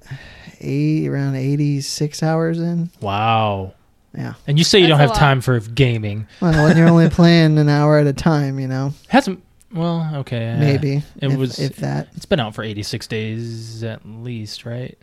eight around eighty six hours in. Wow. Yeah. And you say you That's don't a have lot. time for gaming. Well, when you're only playing an hour at a time, you know, Has some. Well, okay. uh, maybe it if, was- if that It's been out for 86 days at least, right?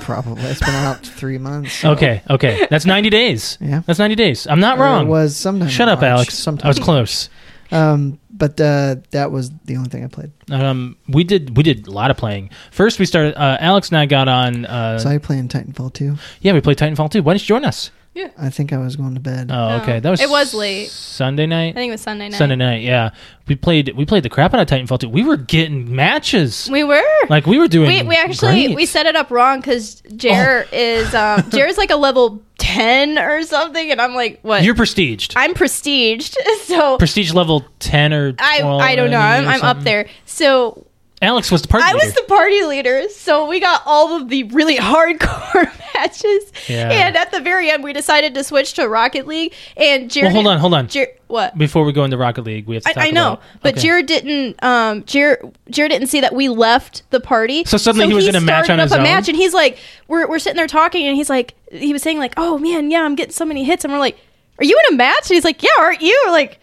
probably it's been out three months. Okay. Okay. That's 90 days. Yeah. That's 90 days. I'm not Oh. Or it wrong. was sometime. Shut in up, March, Alex. Sometime. I was close. Um, but uh, that was the only thing I played. Um, we did we did a lot of playing. First, we started. Uh, Alex and I got on. Uh, so I play in Titanfall 2. yeah, we played Titanfall 2. Why didn't you join us? I think I was going to bed. Oh, No. okay. That was It was late. Sunday I night. think it was Sunday night. Sunday night. Yeah, we played we played the crap out of Titanfall 2. We were getting matches. We were. Like we were doing. we, we actually great. Oh. we set it up wrong because Jer is um Jer's like a level ten or something, and I'm like what? You're prestiged. I'm prestiged, so prestige level ten or I 12 I don't know. or I'm, I'm up something. there. So Alex was the party. I was leader. the party leader, so we got all of the really hardcore matches. Yeah. And at the very end, we decided to switch to Rocket League. And Jer, Well, hold on, hold on. Jer, what? Before we go into Rocket League, we have to I, talk I know, about- but okay. Jer didn't. Um, Jer Jer didn't see that we left the party. So suddenly he was in a match started on up his a own? match, and he's like, we're we're sitting there talking, and he's like, he was saying like, oh man, yeah, I'm getting so many hits, and we're like, are you in a match? And he's like, yeah, aren't you? We're like,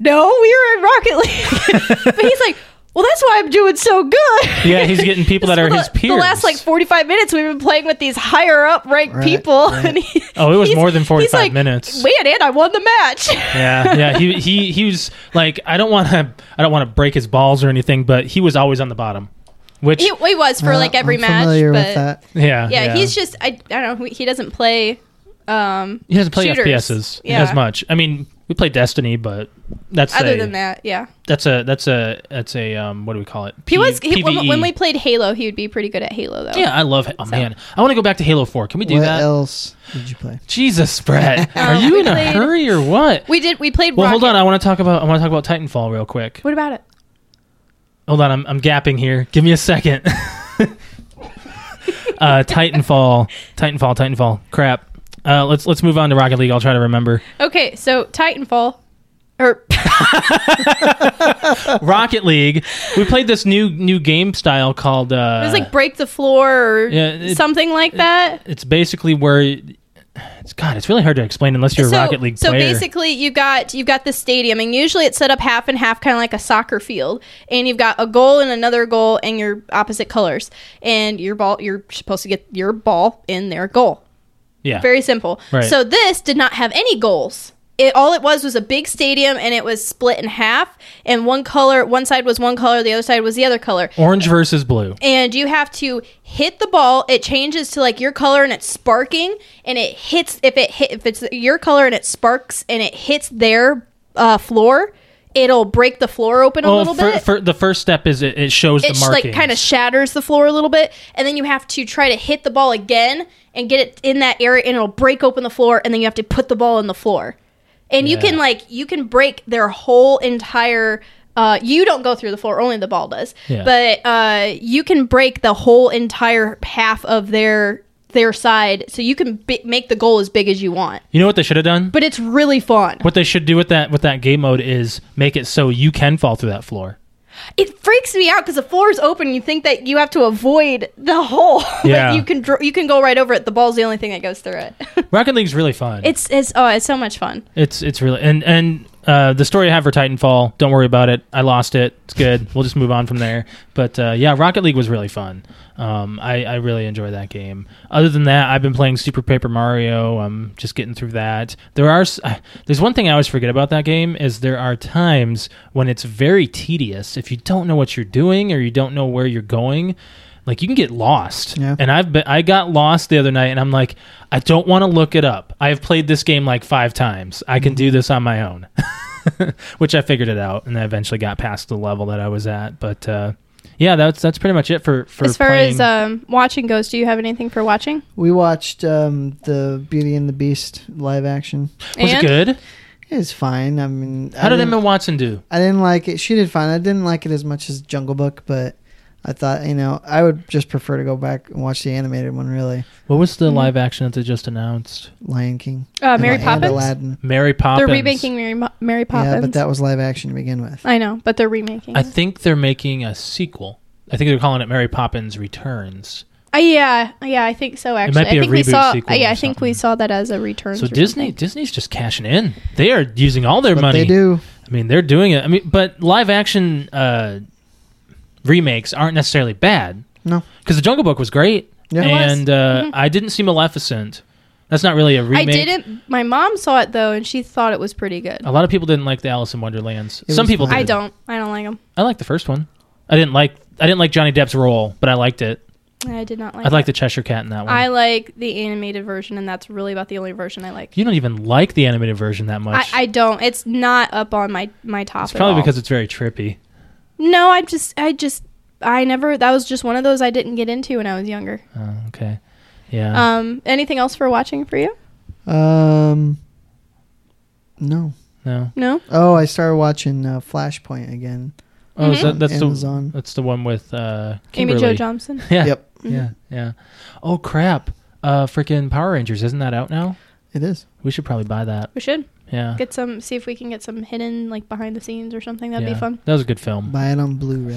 no, we were in Rocket League, but he's like. Well, that's why I'm doing so good. Yeah, he's getting people that So are the, his The last like peers. 45 minutes, we've been playing with these higher up ranked Right, people. right. And he, Oh, it was he's- more than he's 45 like, minutes. Man, and I won the match. yeah, yeah. He he he was like, I don't want to, I don't want to break his balls or anything, but he was always on the bottom. Which He, he was for Uh, like every I'm match, familiar but with that. yeah, yeah, he's just I, I don't know he doesn't play. Um, he doesn't play shooters. FPSs Yeah. as much. I mean, we play Destiny, but that's Other a, than that, yeah, that's a that's a that's a um, what do we call it? he was he, when, PvE. when we played Halo, he would be pretty good at Halo though. E. yeah, I love. Oh man, I want to go back to Halo Four. Can we do what that? else did you play? Jesus, Brett, are Um, you we in a played- hurry or what? we did. We played. Well, hold Rocket- on. I want to talk about I want to talk about Titanfall real quick. What about it? Hold on, I'm I'm gapping here. Give me a second. uh, Titanfall, Titanfall, Titanfall. Crap. Uh, let's let's move on to Rocket League. I'll try to remember. Okay, so Titanfall, or Rocket League. We played this new new game style called. Uh, it was like break the floor or Yeah, it- something like that. it's basically where. It's God. It's really hard to explain unless you're a Rocket League so player. basically you've got you've got the stadium and usually it's set up half and half kind of like a soccer field and you've got a goal and another goal and your opposite colors and your ball you're supposed to get your ball in their goal yeah. very simple Right. so this did not have any goals it, all it was was a big stadium and it was split in half and one color one side was one color the other side was the other color Orange versus blue. and you have to hit the ball. It changes to like your color and it's sparking, and it hits if it hit if it's your color and it sparks and it hits their uh, floor, it'll break the floor open a little fir- bit. fir- the first step is it, it shows it the sh- markings. like kind of shatters the floor a little bit, and then you have to try to hit the ball again and get it in that area, and it'll break open the floor, and then you have to put the ball in the floor. And you Yeah. can like you can break their whole entire. Uh, you don't go through the floor; only the ball does. Yeah. But uh, you can break the whole entire half of their their side, so you can bi- make the goal as big as you want. you know what they should have done? But it's really fun. What they should do with that with that game mode is make it so you can fall through that floor. it freaks me out because the floor is open. And you think that you have to avoid the hole, Yeah. but you can dr- you can go right over it. The ball's the only thing that goes through it. Rocket League's really fun. it's it's oh, it's so much fun. It's it's really and and uh, the story I have for Titanfall. Don't worry about it. I lost it. It's good. We'll just move on from there. But uh, yeah, Rocket League was really fun. Um, I I really enjoy that game. Other than that, I've been playing Super Paper Mario. I'm just getting through that. There are s- uh, there's one thing I always forget about that game is there are times when it's very tedious if you don't know what you're doing or you don't know where you're going. Like you can get lost, Yeah. and I've been, I got lost the other night, and I'm like, I don't want to look it up. I have played this game like five times. I can do this on my own, which I figured it out, and I eventually got past the level that I was at. But uh, yeah, that's that's pretty much it for for As far playing. as um, watching goes, do you have anything for watching? We watched um, the Beauty and the Beast live action. was it and- good? It's fine. I mean, How I did didn't- Emma Watson do? I didn't like it. She did fine. I didn't like it as much as Jungle Book, but I thought you know I would just prefer to go back and watch the animated one. Really, What was the Mhm. live action that they just announced? Lion King, Uh, Mary and Poppins. Aladdin. Mary They're Poppins. remaking Mary, Mo- Mary Poppins. Yeah, but that was live action to begin with. I know, but they're remaking. I it. think they're making a sequel. I think they're calling it Mary Poppins Returns. Uh, yeah, yeah, I think so. Actually, might be I a think we reboot saw. sequel yeah, or I think we something. saw that as a return. So Disney, Disney's just cashing in. They are using all their But money. they do. I mean, they're doing it. I mean, but live action uh, remakes aren't necessarily bad No, because the Jungle Book was great, Yeah. It was. and uh, Mhm. I didn't see Maleficent. That's not really a remake. I didn't. My mom saw it though, and she thought it was pretty good. A lot of people didn't like the Alice in Wonderlands. It Some was people fine. I did. don't. I don't like them. I like the first one. I didn't like I didn't like Johnny Depp's role, but I liked it. I did not like. I like the it. Cheshire Cat in that one. I like the animated version, and that's really about the only version I like. you don't even like the animated version that I, much. I don't. It's not up on my my top. it's probably at all. because it's very trippy. No, I just, I just, I never. That was just one of those I didn't get into when I was younger. Oh, okay. Yeah. Um, anything else for watching for you? Um, no. no. No. Oh, I started watching uh, Flashpoint again. Oh, is mhm. that, that's Amazon. the that's the one with uh Amy Jo Kimberly. Johnson. Yeah. Yep, Yeah. Yeah. Oh crap. Uh freaking Power Rangers isn't that out now? it is. We should probably buy that. We should Yeah. get some. See if we can get some hidden, like behind the scenes or something. That'd Yeah. be fun. That was a good film. Buy it on Blu-ray.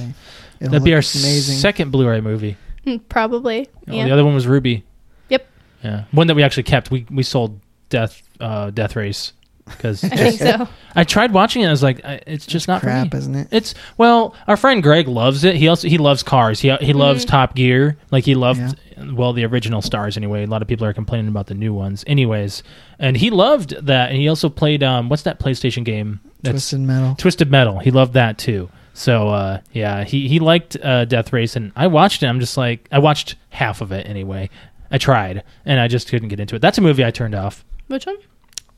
It'll That'd be look our amazing. second Blu-ray movie. Hmm, Probably. Oh, yeah. The other one was Ruby. Yep. Yeah, one that we actually kept. We we sold Death uh, Death Race because I think so. I tried watching it. and I was like, I, it's just not crap, For me. isn't it? It's well, our friend Greg loves it. He also he loves cars. He he loves Mhm. Top Gear. Like he loved well the original stars anyway. A lot of people are complaining about the new ones, anyways. And he loved that. And he also played um what's that PlayStation game? That's Twisted Metal. Twisted Metal. He loved that too. So uh, yeah, he he liked uh, Death Race, and I watched it. I'm just like I watched half of it anyway. I tried, and I just couldn't get into it. That's a movie I turned off. Which one?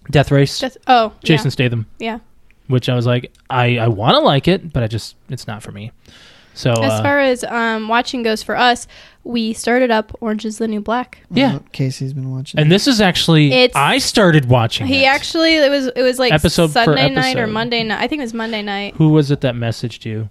Death Race, Just, oh, yeah. Jason Statham, Yeah. which I was like I I want to like it, but I just it's not for me. So As uh, far as um, watching goes for us, we started up Orange is the New Black. yeah. Well, Casey's been watching. and this is actually It's- I started watching. He it. actually it was it was like Episode for Sunday night or episode. Monday night. I think it was Monday night. who was it that messaged you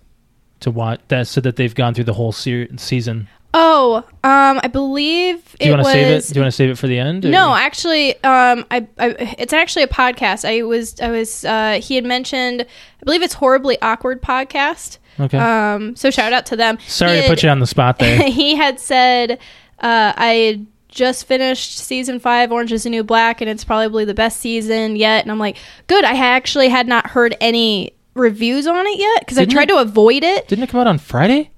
to watch that said that they've gone through the whole se- season? Oh, um, I believe Do you it want to was. save it? Do you want to save it for the end? or- no, actually, um, I, I it's actually a podcast. I was I was uh, he had mentioned I believe it's horribly awkward podcast. okay. Um, so shout out to them. Sorry he to put you on the spot there. he had said, uh, I had just finished season five, Orange is the New Black, and it's probably the best season yet. And I'm like, good. I ha- actually had not heard any reviews on it yet because I Didn't tried it- to avoid it. Didn't it come out on Friday?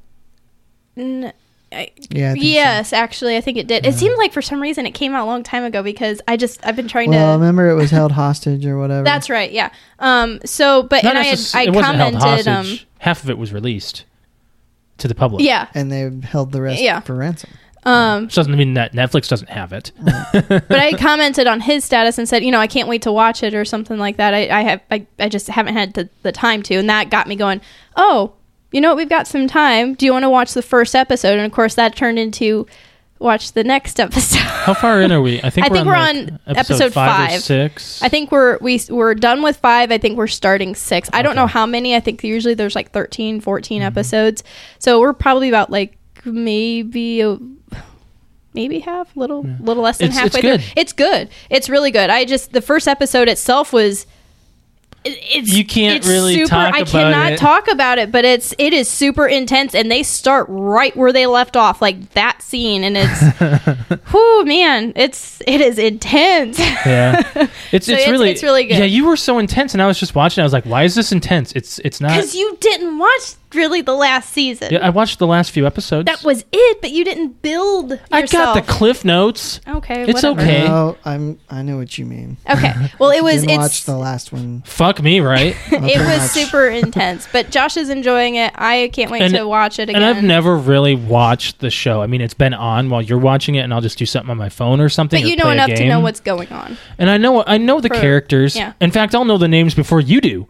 N- I- yeah, I think so. yes, actually, I think it did. It seemed like for some reason it came out a long time ago because I just I've been trying Well, to. remember it was held hostage or whatever. That's right. Yeah. Um. So, but and I had, necess- I it wasn't held commented. Um. hostage. Half of it was released to the public. Yeah. and they held the rest Yeah. for ransom. Um. Which doesn't mean that Netflix doesn't have it. but I commented on his status and said, you know, I can't wait to watch it or something like that. I, I have, I, I just haven't had the, the time to, and that got me going. Oh, you know what? We've got some time. Do you want to watch the first episode? And of course, that turned into watch the next episode. How far in are we? I think I we're, think on, we're like, on episode, episode five, or five. six. I think we're we we're done with 5. I think we're starting 6. I don't know Okay. Mm-hmm. how many. I think usually there's like 13, 14 episodes. So we're probably about like maybe a, maybe half, little little less than It's- it's halfway good. through. It's good. It's really good. I just the first episode itself was it- it's You can't it's really super, talk I about cannot it. talk about it, but it's it is super intense, and they start right where they left off, like that scene, and it's, whoo man, it's it is intense. Yeah, it's it's, it's- really it's really good. Yeah, you were so intense, and I was just watching. I was like, why is this intense? It's it's not. Because you didn't watch really the last season. Uh, Yeah, I watched the last few episodes. that was it, but you didn't build yourself. I got the cliff notes. okay, It's whatever. Okay. No, I'm. I know what you mean. Okay. Well, it was Didn't it's watch the last one. Fuck me, it right? pretty was much. super intense, but Josh is enjoying it. I can't wait And- to watch it again. And I've never really watched the show. I mean, it's been on while you're watching it, and I'll just do something on my phone or something. but or you know play a enough to know game. what's going on. And I know I know the For- characters. yeah. In fact, I'll know the names before you do.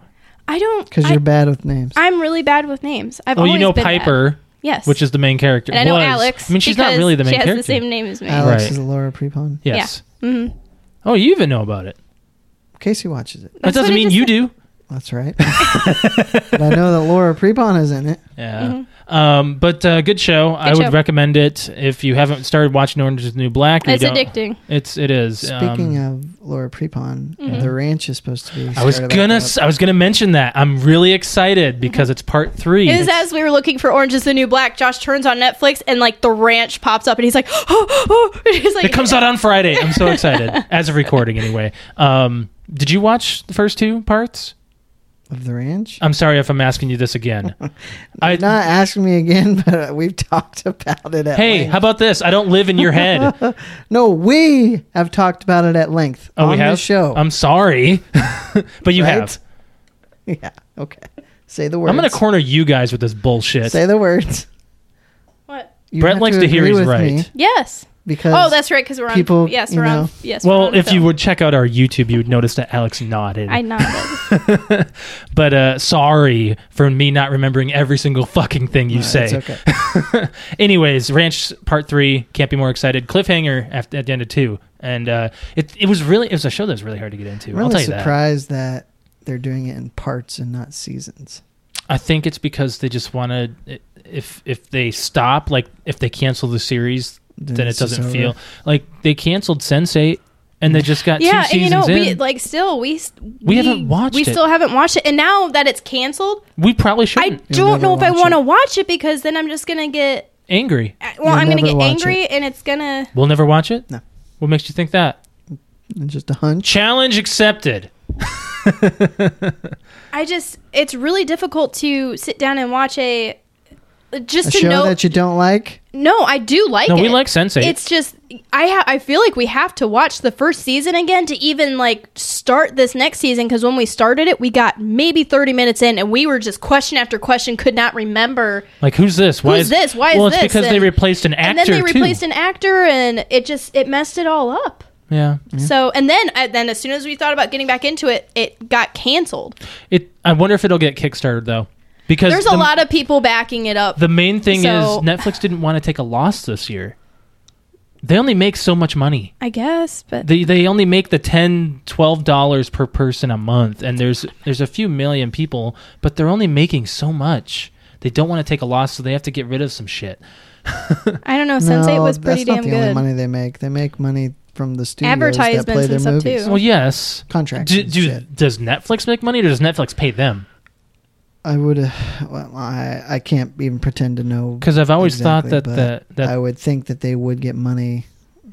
I don't Because I- you're bad with names. I'm really bad with names. I've Well, Oh, you always know been bad. Piper, yes, which is the main character. and I know was. Alex. I mean, she's not because really the main She has character. the same name as me. Alex Right. is Laura Prepon. Yes. Mhm. Oh, you even know about it. Casey watches it. That's that doesn't what I mean just you said. do. That's right. but I know that Laura Prepon is in it. Yeah. Um, but uh, good show. Mm-hmm. I Good would show. recommend it if you haven't started watching Orange Is the New Black. or you It's don't- addicting. It's it is. Speaking um, of Laura Prepon, Mm-hmm. the ranch is supposed to be. I was started back gonna up. s- I was gonna mention that. I'm really excited because it's part three. Mm-hmm. It was as we were looking for Orange is the New Black. Josh turns on Netflix and like the ranch pops up and he's like, oh, oh, and he's like, It comes out on Friday. I'm so excited. as of recording, anyway. Um, did you watch the first two parts? of the ranch. I'm sorry if I'm asking you this again. I- You're not asking me again, but uh, we've talked about it. At Hey, length. how about this? I don't live in your head. Oh, no, we have talked about it at length on we the have. show. I'm sorry, but you Right? have. yeah, okay. Say the words. I'm gonna corner you guys with this bullshit. say the words. What? You Brett have likes to hear agree he's with me right. Yes. because oh, that's right. Because we're on. people, yes, you we're on. know. Yes. we're well, on if you film. would check out our YouTube, you would notice that Alex nodded. I nodded. but uh, sorry for me not remembering every single fucking thing you No, say. It's okay. Anyways, Ranch Part Three can't be more excited. Cliffhanger at, at the end of two, and uh, it it was really it was a show that was really hard to get into. I'm I'll tell really you surprised that. they're doing it in parts and not seasons. that. I think it's because they just want to. If if they stop, like if they cancel the series, then it it's just doesn't over. feel like they canceled Sensei, and they just got yeah, two and you seasons know, we in. like still we s- we, haven't watched we it. still haven't watched it, and now that it's canceled, we probably I shouldn't don't never know if I watch want to watch it because then I'm just gonna get angry. I- well, I'm gonna never get watch angry, and it's gonna. We'll never watch it. No. What makes you think that? It's just a hunch. Challenge accepted. I just it's really difficult to sit down and watch a just A to show know. that you don't like. no, I do like No, it. we like Sensei. It's just I ha- I feel like we have to watch the first season again to even like start this next season because when we started it, we got maybe thirty minutes in and we were just question after question, could not remember, Like who's this? Why Who's is this? Why is well, it's this? because they And- replaced an and actor then they replaced too. an actor, and it just it messed it all up. yeah, So and then uh, then as soon as we thought about getting back into it, it got canceled. it. I wonder if it'll get kickstarted though, because There's the, a lot of people backing it up. The main thing So- is Netflix didn't want to take a loss this year. They only make so much money. I guess, but They they only make the 10 12 dollars per person a month and there's there's a few million people, but they're only making so much. They don't want to take a loss, so they have to get rid of some shit. I don't know. Sensei no, was pretty that's damn not the only good. money they make. They make money from the studios that Advertisements play their and stuff, movies. too. Well, yes. Contracts. Do, and do, shit. does Netflix make money or does Netflix pay them? I would. Uh, well, I I can't even pretend to know. Because I've always Exactly, thought but that the, that I would think that they would get money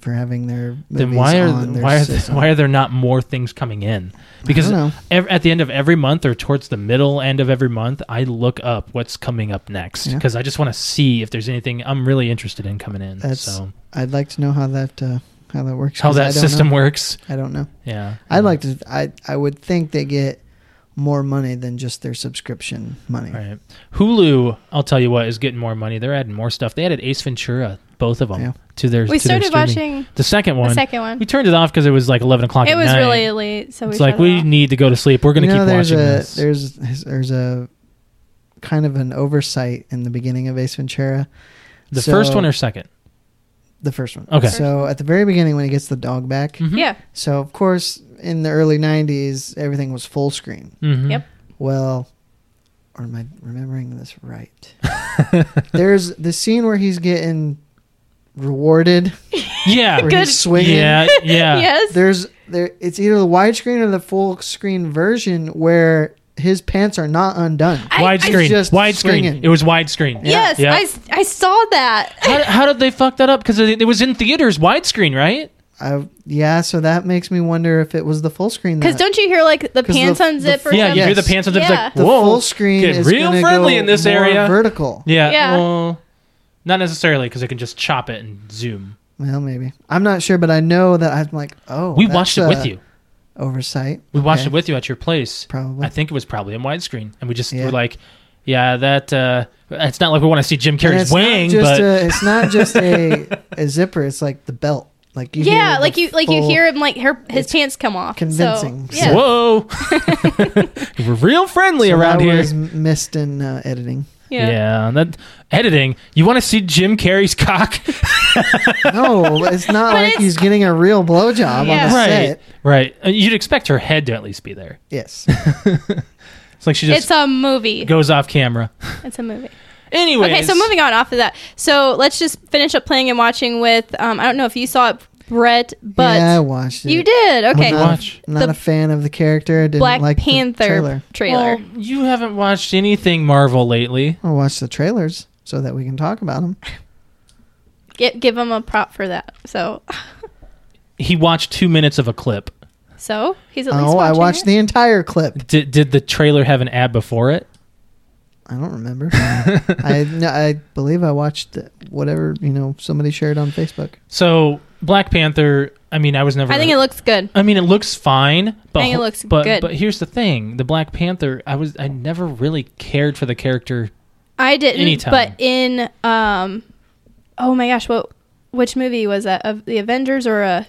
for having their movies then why are on their why are, system. why are there not more things coming in? I Because don't know. ev- at the end of every month or towards the middle end of every month, I look up what's coming up next Yeah. because I just want to see if there's anything I'm really interested in coming in. That's so I'd like to know how that uh, how that works. how 'cause I that don't system know. works. I don't know. Yeah, I'd like to. I I would think they get more money than just their subscription money. Right. Hulu, I'll tell you what, is getting more money. They're adding more stuff. They added Ace Ventura, both of them, Yeah. to their. We to their started streaming. watching the second one. the second one. we turned it off because it was like eleven o'clock. It at was night. really late, so we It's like shut it we off. need to go to sleep. We're gonna You know, keep there's watching a, this. There's there's a kind of an oversight in the beginning of Ace Ventura. the so- first one or second? The first one. Okay. So at the very beginning, when he gets the dog back, Mhm. Yeah. so of course in the early '90s, everything was full screen. Mhm. Yep. Well, or am I remembering this right? there's the scene where he's getting rewarded. Yeah. Where Good. he's swinging. Yeah, yeah. Yes. There's there. It's either the widescreen or the full screen version where his pants are not undone. I- widescreen. It's just widescreen. swinging. It was widescreen. Yes, Yeah. I, s- I saw that. How, how did they fuck that up? Because it, it was in theaters, widescreen, right? I, yeah, so that makes me wonder if it was the full screen. Because That, don't you hear like the 'Cause pants the- unzip the- or yeah, something? you hear yes. the pants unzip. It's Yeah. like, the whoa. full screen get is real gonna friendly go in this more area. vertical. yeah. Yeah. Well, not necessarily because I can just chop it and zoom. Well, maybe I'm not sure, but I know that I'm like, oh, We that's watched it a with you. Oversight. We watched Okay. it with you at your place. probably. I think it was probably in widescreen, and we just Yeah. were like, "Yeah, that." Uh, it's not like we want to see Jim And Carrey's it's not wang, just but a, it's not just a, a zipper. It's like the belt. Like you. yeah, hear like the you like you full- hear him like her, his it's pants come off. convincing. So, yeah. whoa, we're real friendly so around that here. Was m- missed in uh, editing. yeah. yeah, and that editing. You want to see Jim Carrey's cock? No, it's not But like it's- he's getting a real blowjob Yeah. on the right, set. right. Uh, You'd expect her head to at least be there. Yes. It's like she just It's a movie. goes off camera. It's a movie. Anyways, Okay, so moving on off of that. So let's just finish up playing and watching with um I don't know if you saw it, Brett, but yeah, I watched it. you did. Okay. What'd I'm you not, watch? not The- a fan of the character. Didn't Black like the Panther trailer. Oh. trailer. Well, you haven't watched anything Marvel lately. I'll watch the trailers so that we can talk about them. Get give him a prop for that. So He watched two minutes of a clip. So he's at least. Oh, I watching watched it. the entire clip. Did, did the trailer have an ad before it? I don't remember. I no, I believe I watched whatever you know somebody shared on Facebook. So Black Panther. I mean, I was never. I think it looks good. I mean, it looks fine, but I think it looks but good. but here's the thing: the Black Panther. I was I never really cared for the character. I didn't, Anytime. but in um, oh my gosh, what which movie was that? Of the Avengers or a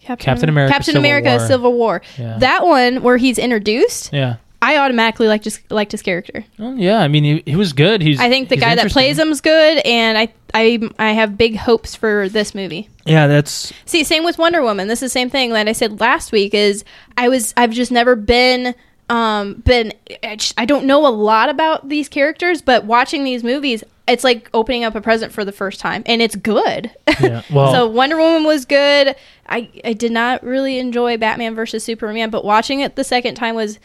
Captain, Captain America, Captain Civil America: War. Civil War. Yeah. That one where he's introduced, Yeah, I automatically like just liked his character. well, yeah. I mean, he, he was good. He's. I think the he's guy that interesting. plays him's good, and I I I have big hopes for this movie. Yeah, that's See, same with Wonder Woman. This is the same thing that I said last week. Is I was I've just never been um been I just- I don't know a lot about these characters, but watching these movies, it's like opening up a present for the first time, and it's good. Yeah, well- so Wonder Woman was good. I I did not really enjoy Batman versus Superman, but watching it the second time was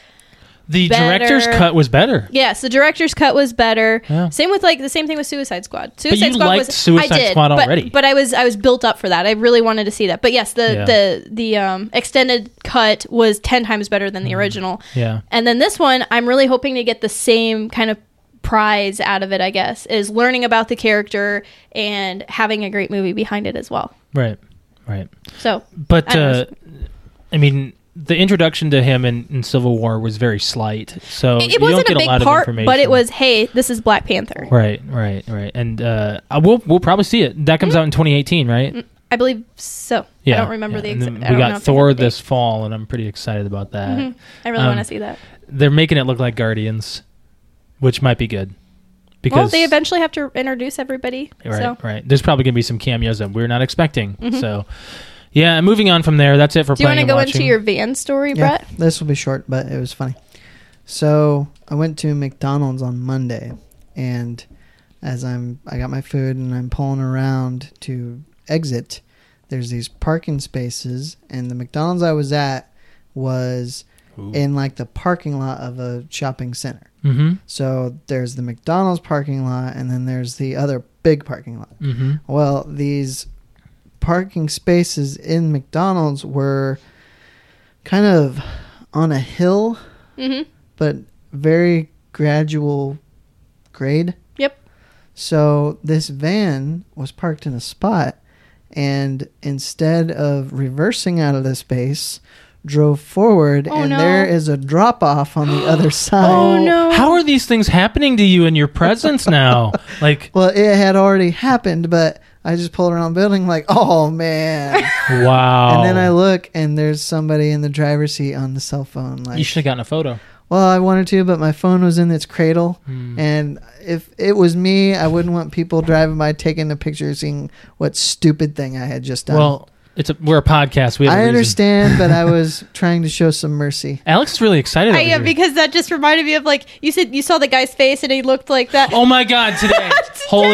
the Better. director's cut was better. Yes, the director's cut was better. Yeah. Same with like the same thing with Suicide Squad. Suicide you Squad liked was Suicide I did, Squad but- already. but, I was I was built up for that. I really wanted to see that. But yes, the Yeah. the the um, extended cut was ten times better than the Mm-hmm. original. Yeah. And then this one, I'm really hoping to get the same kind of prize out of it. I guess is learning about the character and having a great movie behind it as well. Right. Right. So But I don't uh, I mean, the introduction to him in, in Civil War was very slight, so it, you it wasn't don't a get big a lot of part, information. but it was hey, this is Black Panther. Right, right, right, and uh, I- we'll we'll probably see it. That comes Mm-hmm. out in 2018, right? I believe so. I don't remember yeah. the And exact. then I We don't know got if I Thor remember the this fall, and I'm pretty excited about that. Mhm. I really Um, want to see that. They're making it look like Guardians, which might be good because Well, they eventually have to introduce everybody. right, So Mm-hmm. right. There's probably going to be some cameos that we're not expecting. So, yeah. and Moving on from there, that's it for. do you want to planning go and into watching. your van story, Brett? This will be short, but it was funny. So I went to McDonald's on Monday, and as I'm, I got my food and I'm pulling around to exit. There's these parking spaces, and the McDonald's I was at was in like the parking lot of a shopping center. Mm-hmm. So there's the McDonald's parking lot, and then there's the other big parking lot. Mm-hmm. Well, these parking spaces in McDonald's were kind of on a hill, Mm-hmm. but very gradual grade. Yep. So this van was parked in a spot, and instead of reversing out of the space, drove forward, Oh, and no. there is a drop off on the other Oh, side. no. How are these things happening to you in your presence now? like, Well, it had already happened, but I just pulled around the building like, oh man. wow. And then I look, and there's somebody in the driver's seat on the cell phone. Like, you should have gotten a photo. well, I wanted to, but my phone was in its cradle, Hmm. and if it was me, I wouldn't want people driving by taking a picture, seeing what stupid thing I had just done. Well, it's a, we're a podcast. We have a I reason. understand, but I was trying to show some mercy. Alex is really excited. I over yeah, here. because that just reminded me of like you said you saw the guy's face and he looked like that. Oh my God! Today, holy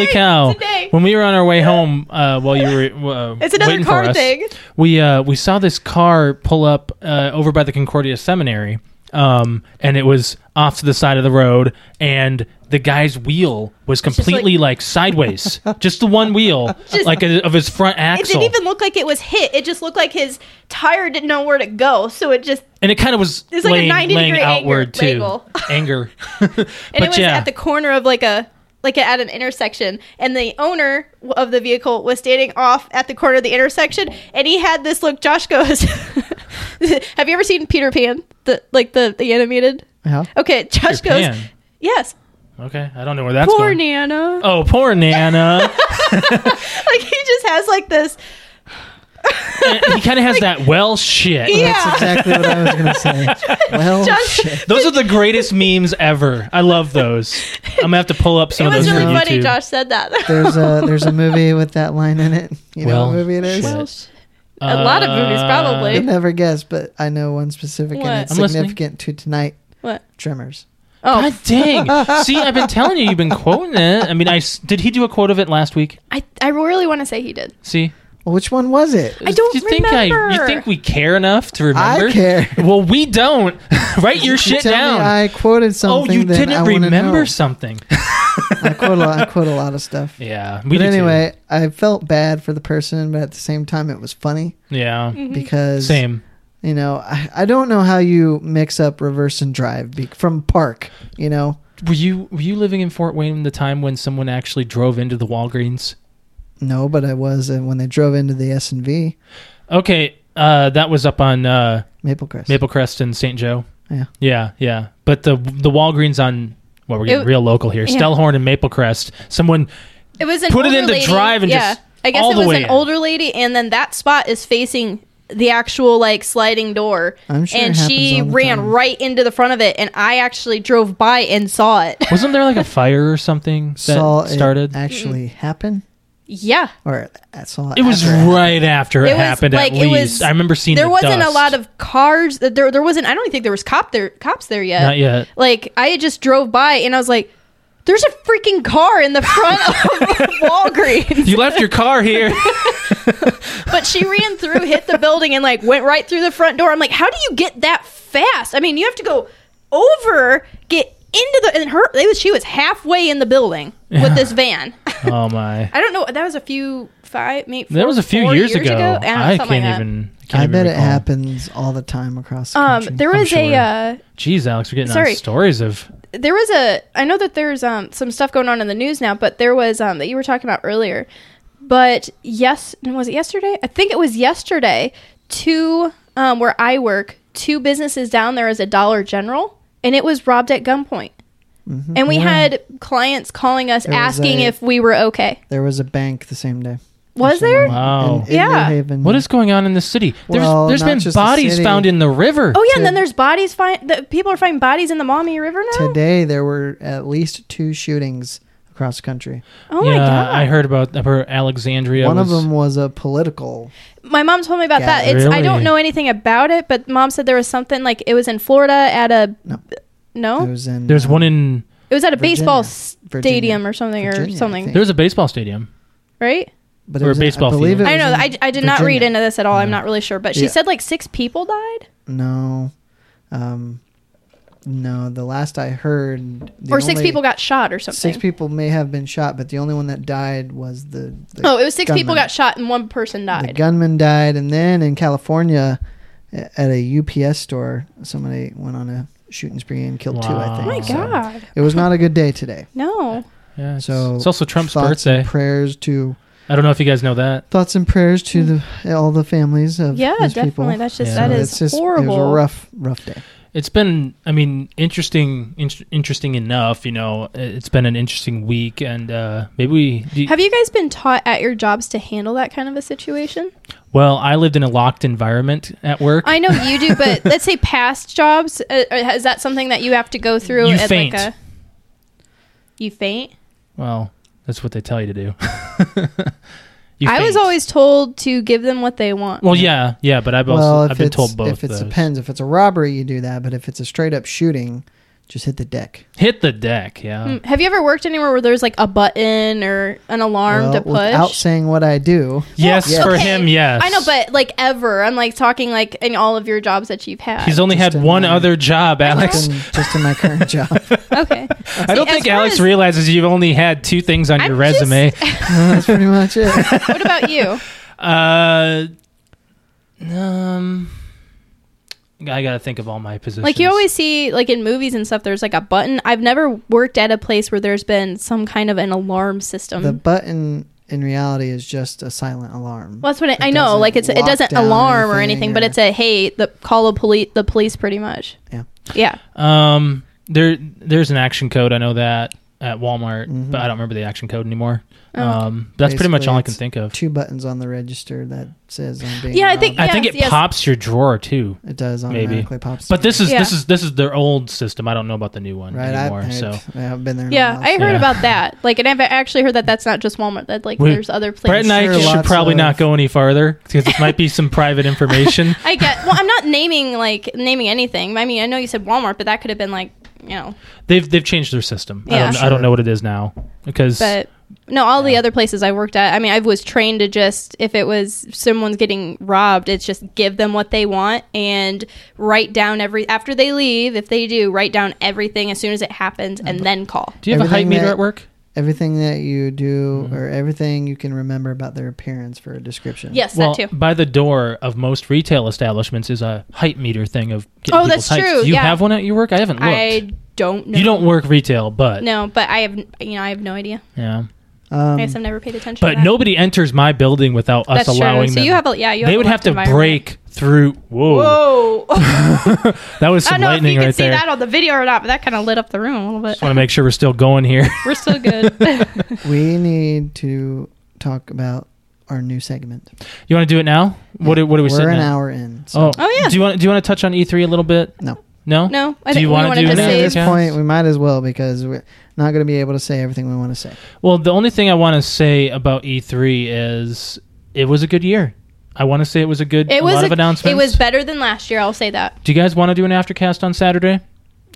Today, cow! today. When we were on our way home, uh, while you were uh, It's another waiting car for us, thing. we uh, we saw this car pull up uh, over by the Concordia Seminary, um, and it was off to the side of the road, and the guy's wheel was just like- completely like, sideways, just the one wheel, Just- like a, of his front It axle, didn't even look like it was hit. It just looked like his tire didn't know where to go, so it just and it kind of was It's like a laying, 90 laying degree anger outward angle. too, anger. and but it was yeah, at the corner of like a like at an intersection and the owner w- of the vehicle was standing off at the corner of the intersection and he had this look josh goes have you ever seen peter pan the like the the animated Yeah. okay josh Peter goes Pan. yes Okay, I don't know where that's poor going. nana oh, poor Nana. like he just has like this And he kind of has that well shit. yeah Exactly what I was gonna say. oh, Well, shit. Those are the greatest memes ever. I love those. I'm gonna have to pull up it some of was those really on funny YouTube. josh said that There's a there's a movie with that line in it. You know Well, what movie it is? shit. Well, sh- a lot of movies, probably. You'll never guess, but I know one specific, What? and it's I'm listening. significant to tonight. what Tremors. oh Uh, God dang! See, I've been telling you, you've been quoting it. I mean, I s- did he do a quote of it last week? i i really want to say he did See, Well, which one was it? I don't you think I, you remember. think we care enough to remember? I care. Well, we don't. Write your You shit tell down. Me I quoted oh, something. you that didn't I wanna remember know. something. I quote, a lot, I quote a lot of stuff. yeah, we but did anyway, I felt bad for the person, but at the same time, it was funny Mm. Mm-hmm. Too. Yeah, because same. You know, I, I don't know how you mix up reverse and drive be, from park. You know, Were you were you living in Fort Wayne the time when someone actually drove into the Walgreens? no, but I was uh, when they drove into the S and V Okay, uh, that was up on uh, Maplecrest. Maple Crest and St. Joe. Yeah. yeah, yeah. But the the Walgreens on well, we're getting It- real local here. yeah. Stellhorn and Maple Crest. Someone It was an Put it older into lady. drive and yeah. just I guess all it the was way an in. older lady, and then that spot is facing the actual like sliding door. I'm sure it and happens she all the ran time. right into the front of it, and I actually drove by and saw it. wasn't there like a fire or something that saw started? it actually Mm-hmm. happen, yeah, or I saw It was after happened. right after it, It was, happened. like, at it least was- I remember seeing there the wasn't a dust. lot of cars. There, there wasn't. I don't think there was cop there, cops there yet. Not yet. Like I had just drove by, and I was like, "There's a freaking car in the front of Walgreens." You left your car here. But she ran through, hit the building, and like went right through the front door. I'm like, how do you get that fast? I mean, you have to go over, get into the, and her, it was, she was halfway in the building with this van. oh my. I don't know. That was a few five, maybe That was a few four years, ago. don't know, something I can't like that. even. I, can't I even bet it recall. happens all the time across the country. Um, there I'm was a sure. uh, Jeez, Alex, we're getting on Sorry. stories of. there was a I know that there's um some stuff going on in the news now, but there was um that you were talking about earlier. But yes, was it yesterday? I think it was yesterday. Two um where I work, two businesses down there is a Dollar General, and it was robbed at gunpoint. And we had clients calling us There was asking a- if we were okay. there was a bank the same day. Was there? Wow. In, in Yeah. New Haven. What is going on in the city? There's, Well, there's not been just the bodies city. found in the river. Oh yeah, and then there's bodies find the people are finding bodies in the Maumee River now. today? There were at least two shootings across the country. Oh yeah, my god. I heard about I heard Alexandria. One was, of them was a political. my mom told me about Yeah. that. It's I Really? don't know anything about it, but mom said there was something like it was in Florida at a No. no, It was in. There's uh, one in. it was at a baseball Virginia. stadium or something Virginia, or I something, think. There's a baseball stadium. right? but or a was in- baseball I believe field. it I was know. in I, I did not Virginia. read into this at all. I'm not really sure, but she Yeah. said like six people died No, um, no. The last I heard, the or six only- people got shot or something. Six people may have been shot, but the only one that died was the. the oh, it was six people gunman. got shot and one person The died. gunman died, and then in California, a- at a UPS store, somebody went on a shooting spree and killed two. I Wow. think. oh my So, god, It was not a good day today. no! Yeah, it's, So, it's also Trump's Thoughts birthday. and prayers to I don't know if you guys know that. thoughts and prayers to the all the families of Yeah, those definitely. people. That's just Yeah. that So is it's just, It was horrible. a rough, rough day. It's been, I mean, interesting. In- interesting enough, you know. It's been an interesting week, and uh, maybe we. do- Have you guys been taught at your jobs to handle that kind of a situation? well, I lived in a locked environment at work. I know you do, but let's say past jobs. Uh, uh, is that something that you have to go through? You at faint. Like a, you faint. well, that's what they tell you to do. You I was faint. always told to give them what they want. Well, yeah, yeah, but I've well, also if I've been it's, told both. if it those. depends, if it's a robbery, you do that. But if it's a straight up shooting, just hit the deck. Hit the deck, yeah. Mm, Have you ever worked anywhere where there's like a button or an alarm well, to push? without saying what I do, Yes, Well, for okay. him, yes. I know, but like ever, I'm like talking like in all of your jobs that you've had. he's only Just had in one my- other job, Alex. just in, just in my current job. okay. I don't See, as think far Alex as- realizes you've only had two things on I'm your resume. That's pretty much it. What about you? Uh, um, I gotta think of all my positions. Like you always see, like in movies and stuff, there's like a button. I've never worked at a place where there's been some kind of an alarm system. The button in reality is just a silent alarm. Well, that's what it, It I know. doesn't Like it's it lock doesn't down alarm or anything anything, but or- it's a hey, the call a police, the police, pretty much. Yeah. yeah. um there there's an action code. I know that at Walmart, Mhm. but I don't remember the action code anymore. Mm-hmm. Oh. Um, that's pretty much Basically, all I can it's think of. Two buttons on the register that says I'm being. Yeah, I robbed. think- I think Yes, it yes. pops your drawer too. it does Maybe. automatically pops. But this is Yeah. this is this is their old system. I don't know about the new one right. anymore. I've, so yeah, I've been there. Yeah, I heard Yeah. about that. Like, and I've actually heard that that's not just Walmart. That like We- there's other places. Brett and I Sure, should lots probably of- not go any farther because it might be some private information. I get. Well, I'm not naming like naming anything. I mean, I know you said Walmart, but that could have been like you know. They've they've changed their system. I, Yeah. don't, I don't know what it is now because But no, all the Yeah. other places I worked at. I mean, I was trained to just if it was someone's getting robbed, it's just give them what they want and write down every after they leave. If they do, write down everything as soon as it happens and then call. do you have a height everything meter that- at work? everything that you do Mm-hmm. or everything you can remember about their appearance for a description. Yes, well, that too. by the door of most retail establishments is a height meter thing of getting Oh, people's that's heights. true, Do you yeah. have one at your work? I haven't looked. I don't know. You don't work retail, but No, but I have you know I have no idea. yeah. Um, I guess I've never paid attention. to But that. nobody enters my building without us that's true. allowing So them. you have a yeah. You they would have have a to locked environment. break through. Whoa! Whoa, that was I don't some know if lightning you can right see there. that on the video or not, but that kind of lit up the room a little Just bit. want to make sure we're still going here. We're still good. we need to talk about our new segment. You want to do it now? What do- What are we We're sitting an at? hour in. So Oh, Oh, yeah. Do you want Do you want to touch on E three a little bit? No. No. no, I Do think you we wanna wanted do to that? at save. this Yes. point, we might as well because we're not going to be able to say everything we want to say. Well, the only thing I want to say about E three is it was a good year. I want to say it was a good. It a was lot a- of announcements. It was better than last year. I'll say that. Do you guys want to do an aftercast on Saturday?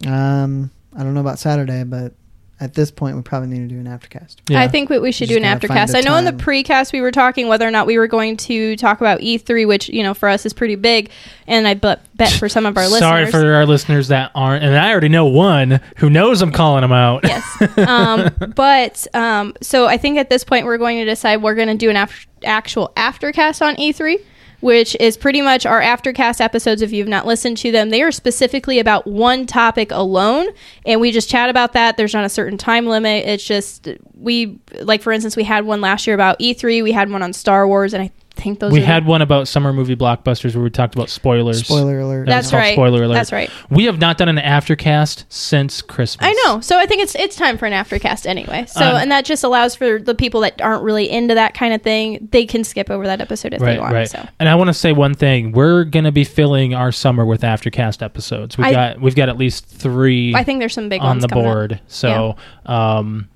Um, I don't know about Saturday, but at this point, we probably need to do an aftercast. I think what we should do Just an gotta find aftercast. a I know in the time. precast we were talking whether or not we were going to talk about E3, which you know for us is pretty big, and I bet, bet for some of our Sorry listeners. for our listeners that aren't, and I already know one who knows I'm calling them out. yes. Um, but um, so I think at this point we're going to decide we're going to do an af- actual aftercast on E3, which is pretty much our aftercast episodes. If you've not listened to them, they are specifically about one topic alone, and we just chat about that. There's not a certain time limit. It's just we like, for instance, we had one last year about E3. We had one on Star Wars, and I think those we are the- had one about summer movie blockbusters where we talked about spoilers. Spoiler alert. That was That's called right. Spoiler alert. That's right. We have not done an aftercast since Christmas. I know. So I think it's it's time for an aftercast anyway. So Um, and that just allows for the people that aren't really into that kind of thing, they can skip over that episode if Right, they want. right. So And I want to say one thing: we're going to be filling our summer with aftercast episodes. We I- got we've got at least three I think there's some big on ones the coming up. board. So, um,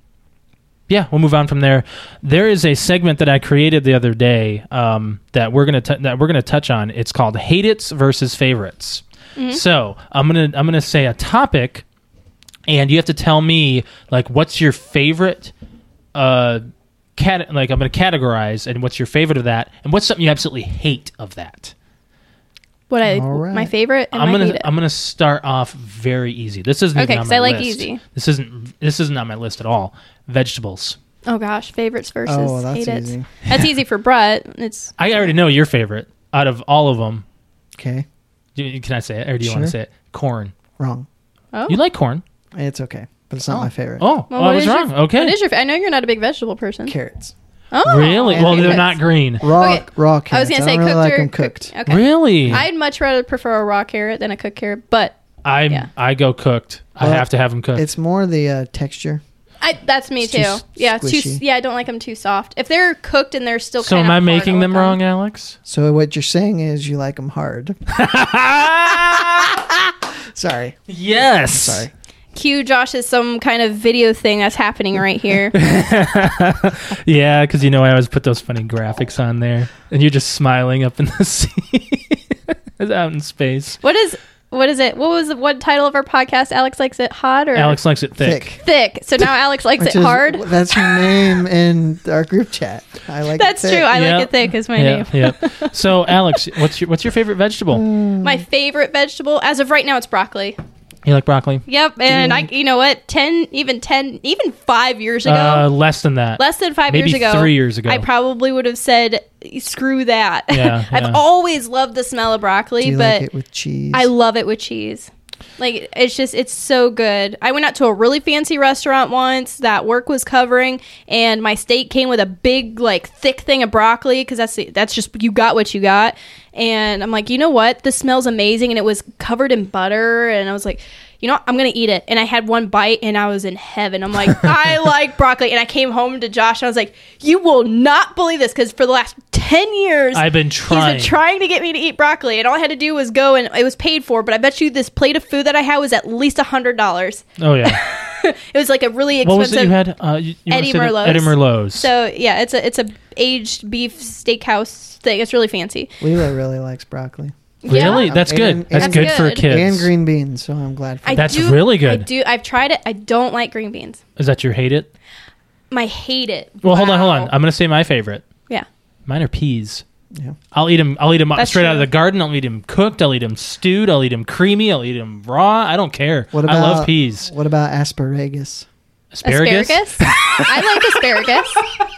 yeah, we'll move on from there. There is a segment that I created the other day um, that we're gonna t- that we're gonna touch on. It's called "Hate It's versus Favorites." Mm-hmm. So I'm gonna I'm gonna say a topic, and you have to tell me like what's your favorite. Uh, Cat- like I'm going to categorize, and what's your favorite of that, and what's something you absolutely hate of that. What I All right. my favorite and I'm I gonna hate it. I'm gonna start off very easy. This isn't Okay, even on 'cause my I like list. easy. This isn't this isn't on my list at all. Vegetables. oh gosh, favorites versus Oh, that's hate it. easy. That's easy for Brett. It's I already know your favorite out of all of them. Okay. Can I say it, or do you want Sure. to say it? Corn. Wrong. oh. You like corn? It's okay, but it's not my favorite. Oh, Well, I what was is your- wrong. okay. What is your? fa- I know you're not a big vegetable person. Carrots. Oh, really? I Well, hate they're it. not green. Raw, Okay. raw carrots. I was gonna say don't really cooked like or 'em cooked. Okay. Really? I'd much rather prefer a raw carrot than a cooked carrot, but I yeah. I go cooked. I Well, have to have them cooked. It's more the uh, texture. I, that's me It's too too. s- yeah, it's too. squishy. Yeah, I don't like them too soft. If they're cooked and they're still So kinda am I hard, I'll making them look on. wrong, Alex? So what you're saying is you like them hard. Sorry. yes. Sorry. Cue Josh is some kind of video thing that's happening right here. Yeah, because you know I always put those funny graphics on there, and you're just smiling up in the sea, out in space. what is what is it? What was the one title of our podcast? Alex likes it hot or Alex likes it thick. Thick. thick. So now Alex likes Which it is- hard. That's your name in our group chat. I like. it that's thick. true. I Yeah. like it thick is my Yeah, yeah. So Alex, what's your what's your favorite Mm. vegetable? name. My favorite vegetable as of right now it's broccoli. You like broccoli? Yep, and Mm. I you know what? 10 even 10 even 5 years ago. Uh, less than that. Less than five Maybe years ago, three years ago. I probably would have said, "Screw that." Yeah, yeah. I've always loved the smell of broccoli, Do you but like it with cheese? I love it with cheese. Like it's just it's so good. I went out to a really fancy restaurant once that work was covering, and my steak came with a big like thick thing of broccoli because that's that's just you got what you got. And I'm like, you know what? This smells amazing, and it was covered in butter, and I was like. You know, what? I'm gonna eat it, and I had one bite, and I was in heaven. I'm like, I like broccoli, and I came home to Josh, and I was like, "You will not believe this, because for the last ten years, I've been trying. He's been trying to get me to eat broccoli, and all I had to do was go, and it was paid for. But I bet you this plate of food that I had was at least a hundred dollars. oh yeah. It was like a really expensive. What was it you had? Uh, you, you wanna Eddie say the- Merlot's. Eddie Merlot's. So yeah, it's a it's a aged beef steakhouse thing. It's really fancy. Leela really likes broccoli Yeah. really, that's good. And- that's and- good, for That's good. kids. and green beans. So I'm glad for. I that. That's do- really I good. do. I've tried it. I don't like green beans. Is that your hate it? I hate it. Well, hold on, hold Wow. on. I'm gonna say my favorite. yeah. Mine are peas. Yeah. I'll eat them. I'll eat them That's straight out of true. the garden. I'll eat them cooked. I'll eat them stewed. I'll eat them creamy. I'll eat them raw. I don't care. What about I love peas. What about asparagus? Asparagus? I like asparagus.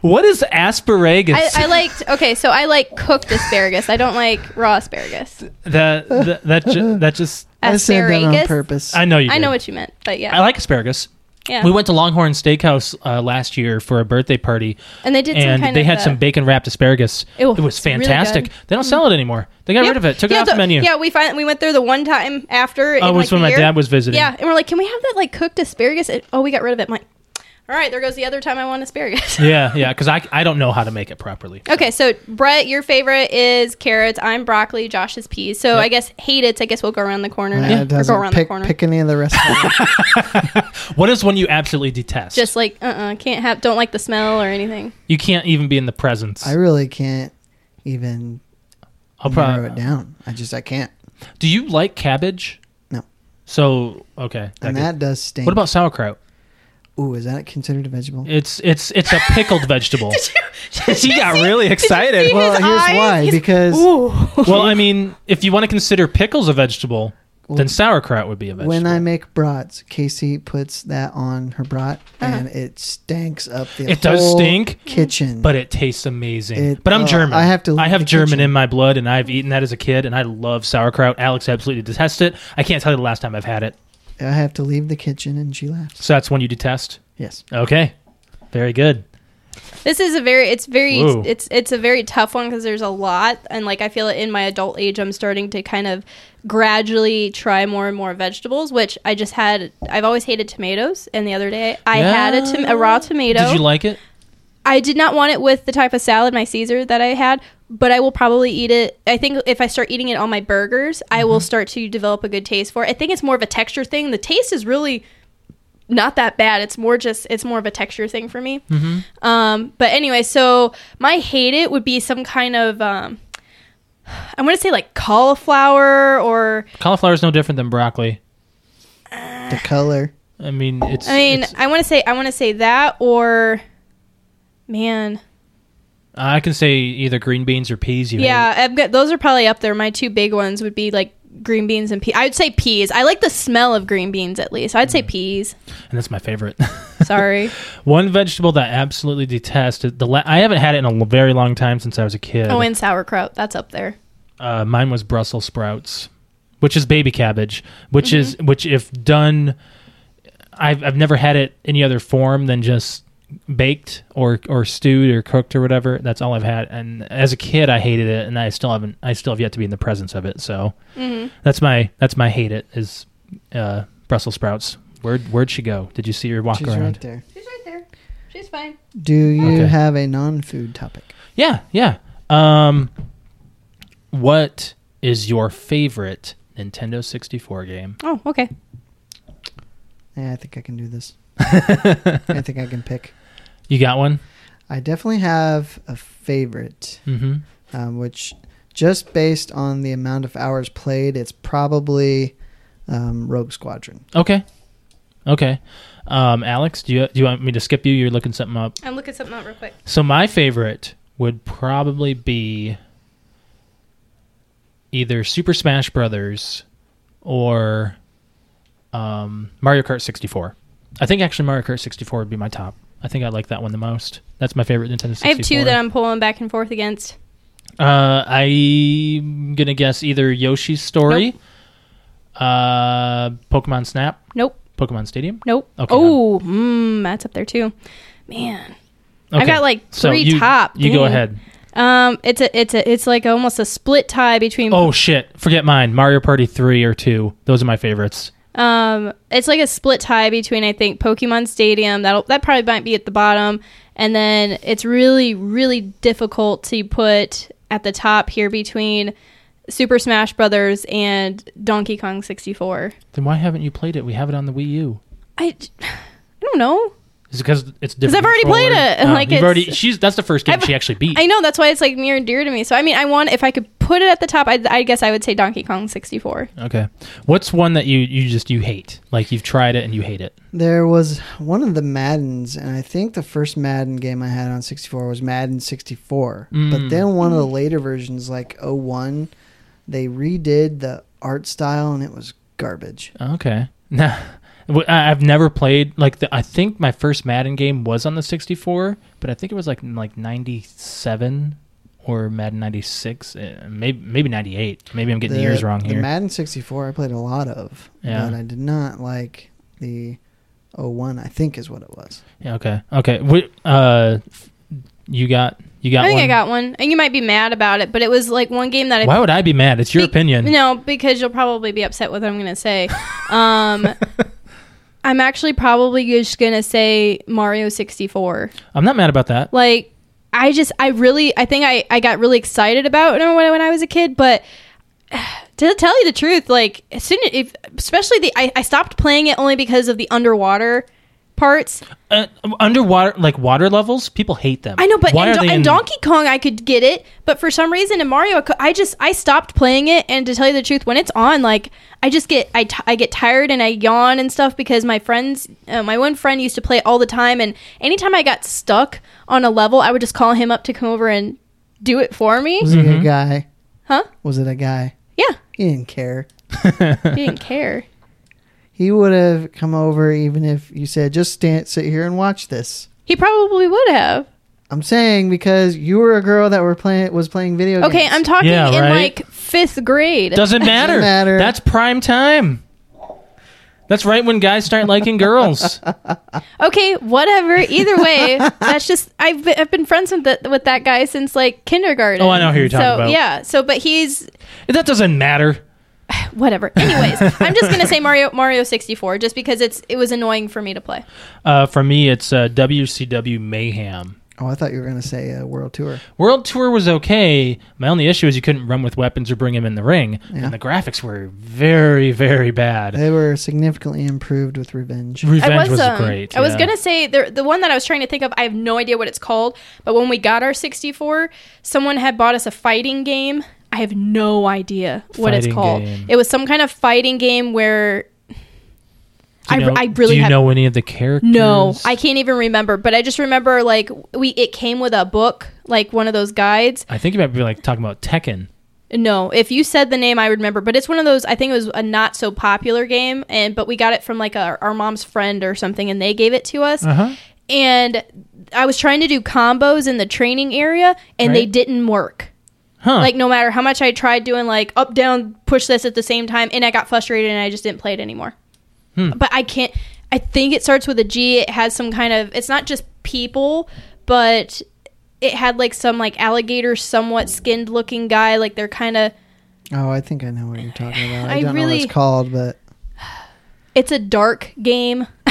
What is asparagus? I, I liked okay, so I like cooked asparagus. I don't like raw asparagus. the, the, that, ju- that just. I said that on Asparagus. purpose. I know you. I know did. what you meant, but yeah, I like asparagus. yeah. We went to Longhorn Steakhouse uh, last year for a birthday party, and they did some and kind they of had uh, some bacon wrapped asparagus. Ew, it was it's really fantastic. good. they don't sell it anymore. They got Yep. rid of it. Took yeah, it off the menu. Yeah, we find we went there the one time after. oh, it was when my dad was visiting. Yeah, and we're like, can we have that like cooked asparagus? It, oh, we got rid of it. I'm like, all right, there goes the other time I want asparagus. yeah, yeah. Because I I don't know how to make it properly. okay, so Brett, your favorite is carrots. I'm broccoli. Josh is peas. So Yep. I guess hate it. I guess we'll go around the corner. Uh, now, it or go doesn't around pick, the corner. pick any of the rest of it. What is one you absolutely detest? Just like uh uh-uh, can't have don't like the smell or anything. you can't even be in the presence. I really can't even I'll narrow probably. it down. I just I can't. Do you like cabbage? No. So okay. And that that does stink. could- what about sauerkraut? Ooh, is that considered a vegetable? It's it's it's a pickled vegetable. he got really excited. see Well, well, his here's eyes, why. his- Because well, I mean, if you want to consider pickles a vegetable, Well, then sauerkraut would be a vegetable. when I make brats, Casey puts that on her brat, Uh-huh. and it stanks up the It does whole stink, kitchen. but it tastes amazing. It- but I'm oh, German. I have to I leave have the German kitchen. in my blood, and I've eaten that as a kid, and I love sauerkraut. Alex absolutely detests it. I can't tell you the last time I've had it. I have to leave the kitchen, and she laughs. So that's one you detest. Yes, Okay, very good. This is a very it's very Whoa. it's it's a very tough one because there's a lot and like I feel in my adult age I'm starting to kind of gradually try more and more vegetables which I just had I've always hated tomatoes and the other day I had a, tom- a raw tomato Did you like it? I did not want it with the type of salad my Caesar that I had but I will probably eat it I think if I start eating it on my burgers I Mm-hmm. will start to develop a good taste for it I think it's more of a texture thing the taste is really not that bad it's more just it's more of a texture thing for me Mm-hmm. um, but anyway, so my hate it would be some kind of um, I want to say like cauliflower or Cauliflower is no different than broccoli. Ah. the color. I mean, it's. I mean it's- I want to say I want to say that or man I can say either green beans or peas. You hate. yeah I've got, those are probably up there. My two big ones would be like green beans and peas. I would say peas. I like the smell of green beans at least. I'd say Mm. peas. and that's my favorite. Sorry, one vegetable that I absolutely detest. is The la- I haven't had it in a l- very long time since I was a kid. oh and sauerkraut. That's up there. uh, mine was Brussels sprouts, which is baby cabbage, which is which if done, I've I've never had it any other form than just baked or or stewed or cooked or whatever. That's all I've had. And as a kid, I hated it, and I still haven't. I still have yet to be in the presence of it. So Mm-hmm. that's my that's my hate. It is uh, Brussels sprouts. Where'd where'd she go? Did you see her walk She's around? right there. She's right there. She's fine. Do you Okay. have a non-food topic? Yeah, yeah. Um, what is your favorite Nintendo sixty four game? Oh okay. Yeah, I think I can do this. I think I can pick. You got one? I definitely have a favorite, Mm-hmm. um, which just based on the amount of hours played, it's probably um, Rogue Squadron. Okay. Okay. Um, Alex, do you do you want me to skip you? You're looking something up. I'm looking something up real quick. So my favorite would probably be either Super Smash Brothers or um, Mario Kart 64. I think actually Mario Kart 64 would be my top. I think I like that one the most. That's my favorite Nintendo I 64. have two that I'm pulling back and forth against. Uh, I'm gonna guess either Yoshi's Story, uh, Pokemon Snap, Nope. Pokemon Stadium. Nope. Okay, oh, mm, that's up there too. Man, I Okay, got like so three you, top. You go Dang. ahead. Um, it's a, it's a, it's like almost a split tie between. Oh shit! Forget mine. Mario Party three or two. Those are my favorites. Um, it's like a split tie between I think Pokemon Stadium. That'll that probably might be at the bottom, and then it's really really difficult to put at the top here between Super Smash Brothers and Donkey Kong 64. Then why haven't you played it? We have it on the Wii U. I, I don't know. Is it because it's different? 'Cause I've already controller? played it. No, Like, you've it's- already. She's that's the first game I've- she actually beat. I know that's why it's like near and dear to me. So I mean, I want if I could put it at the top, I, I guess I would say Donkey Kong 64. okay. What's one that you you just you hate? Like you've tried it and you hate it. There was one of the Maddens, and I think the first Madden game I had on 64 was Madden 64. Mm. But then one of the later versions, like 01, they redid the art style, and it was garbage. Okay. Now, W- I- I've never played like the, I think my first Madden game was on the 64, but I think it was like n- like 97 or Madden 96, uh, maybe maybe 98. Maybe I'm getting the, years wrong here. The Madden 64 I played a lot of, Yeah. but I did not like the 01, I think is what it was. yeah, okay. Okay. Wh- uh you got you got I think one. I got one, and you might be mad about it, but it was like one game that I Why would I be mad? It's your Be- opinion. No, because you'll probably be upset with what I'm going to say. Um, I'm actually probably just going to say Mario 64. I'm not mad about that. Like, I just, I really, I think I, I got really excited about it when, I- when I was a kid, but to tell you the truth, like, as soon as, if, especially the, I, I stopped playing it only because of the underwater parts. Uh, underwater like water levels, people hate them. I know, but Why in, are Do- they in in- Donkey Kong, I could get it, but for some reason in Mario, I cou- I just I stopped playing it. And to tell you the truth, when it's on, like I just get I, t- I get tired and I yawn and stuff because my friends, uh, my one friend used to play all the time, and anytime I got stuck on a level, I would just call him up to come over and do it for me. Was Mm-hmm. it a guy? Huh? Was it a guy? Yeah, He didn't care. Mm-hmm. he didn't care. He would have come over even if you said, just stand, sit here and watch this. He probably would have. I'm saying because you were a girl that were playing was playing video games. Okay, I'm talking Yeah, in right. like fifth grade. Doesn't matter. matter. That's prime time. That's right when guys start liking girls. Okay, whatever. Either way, that's just I've been, I've been friends with that with that guy since like kindergarten. Oh, I know who you're talking so, about. Yeah. So, but he's That doesn't matter. whatever. Anyways, I'm just gonna say Mario Mario 64 just because it's it was annoying for me to play. Uh, for me, it's uh, WCW Mayhem. Oh, I thought you were going to say a world tour. World Tour was okay. My only issue is you couldn't run with weapons or bring him in the ring, Yeah. and the graphics were very, very bad. They were significantly improved with Revenge. Revenge I was, was, um, great. I was yeah. gonna say the the one that I was trying to think of. I have no idea what it's called. But when we got our 64, someone had bought us a fighting game. I have no idea what Fighting it's called. game. It was some kind of fighting game where. Do you I, know- I really do you have know any of the characters? No, I can't even remember. But I just remember like we it came with a book, like one of those guides. I think you might be like talking about Tekken. No, if you said the name, I would remember. But it's one of those. I think it was a not so popular game, and but we got it from like our, our mom's friend or something, and they gave it to us. Uh-huh. And I was trying to do combos in the training area, and they Right. didn't work. Huh. Like no matter how much I tried doing like up down push this at the same time, and I got frustrated and I just didn't play it anymore. Hmm. But I can't. I think it starts with a G. It has some kind of. It's not just people, but it had like some like alligator, somewhat skinned looking guy. Like they're kind of. Oh, I think I know what you're talking about. I, I don't know what really- it's called, but It's a dark game.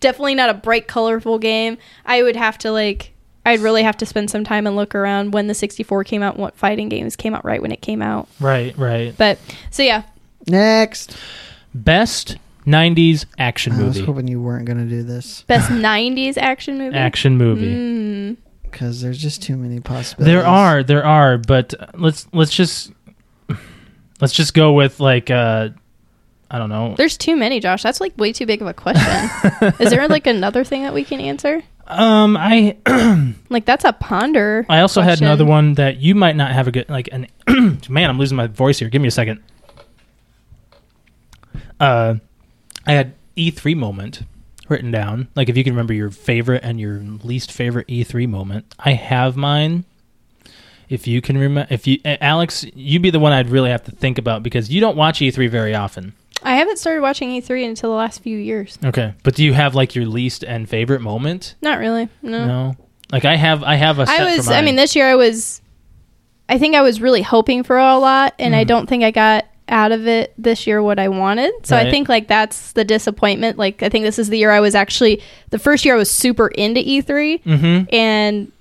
Definitely not a bright, colorful game. I would have to like. I'd really have to spend some time and look around when the 64 came out and what fighting games came out right when it came out. right, right. But so yeah, next. Best 90s action I was movie. hoping you weren't going to do this best 90s action movie. Action movie. Mm. because there's just too many possibilities. There are, there are, but uh, let's let's just let's just go with like uh I don't know. There's too many, Josh. That's like way too big of a question. Is there like another thing that we can answer? Um I Like that's a ponder. I also had question. another one that you might not have a good like an man, I'm losing my voice here. Give me a second. Uh I had E3 moment written down. Like if you can remember your favorite and your least favorite E3 moment. I have mine. If you can remember if you A- Alex, you'd be the one I'd really have to think about because you don't watch E3 very often. I haven't started watching E3 until the last few years. Okay, but do you have like your least and favorite moment? Not really. No. No, like I have, I have a. Set I for was. I mine. mean, this year I was. I think I was really hoping for a lot, and I Mhm. don't think I got out of it this year what I wanted. So Right. I think like that's the disappointment. Like I think this is the year I was actually the first year I was super into E E3. Mhm. and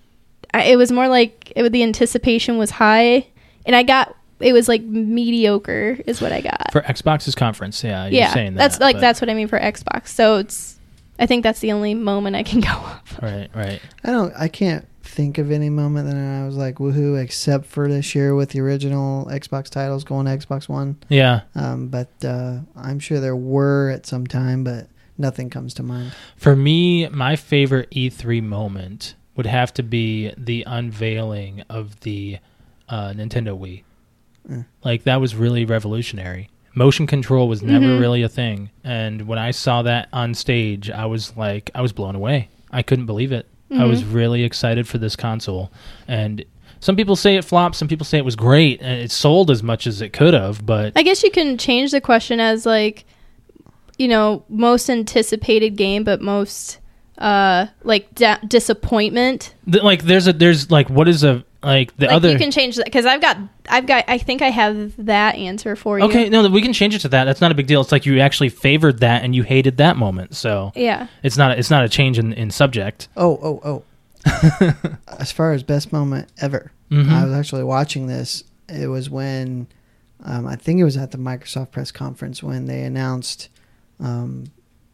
I, it was more like it, the anticipation was high, and I got it was like mediocre is what I got. for Xbox's conference. Yeah, you're yeah, saying that. that's like but- that's what I mean for Xbox. So it's I think that's the only moment I can go off. Right, right. I don't. I can't think of any moment that I was like woohoo, except for this year with the original Xbox titles going to Xbox One. Yeah, Um, but uh, I'm sure there were at some time, but nothing comes to mind. for me, my favorite E3 moment would have to be the unveiling of the uh, Nintendo Wii. Mm. Like that was really revolutionary. motion control was never Mm-hmm. really a thing. And when I saw that on stage, I was like, I was blown away. I couldn't believe it. I Mm-hmm. was really excited for this console. And some people say it flopped, some people say it was great, and it sold as much as it could have, but I guess you can change the question as like, you know, most anticipated game, but most uh like da- disappointment. th- like there's a there's like what is a like the like other you can change that because I've got I've got I think I have that answer for you. Okay, no, we can change it to that. That's not a big deal. It's like you actually favored that and you hated that moment. So Yeah. it's not a, it's not a change in, in subject. Oh, oh, oh. as far as best moment ever, Mhm. I was actually watching this. It was when um, I think it was at the Microsoft press conference when they announced um,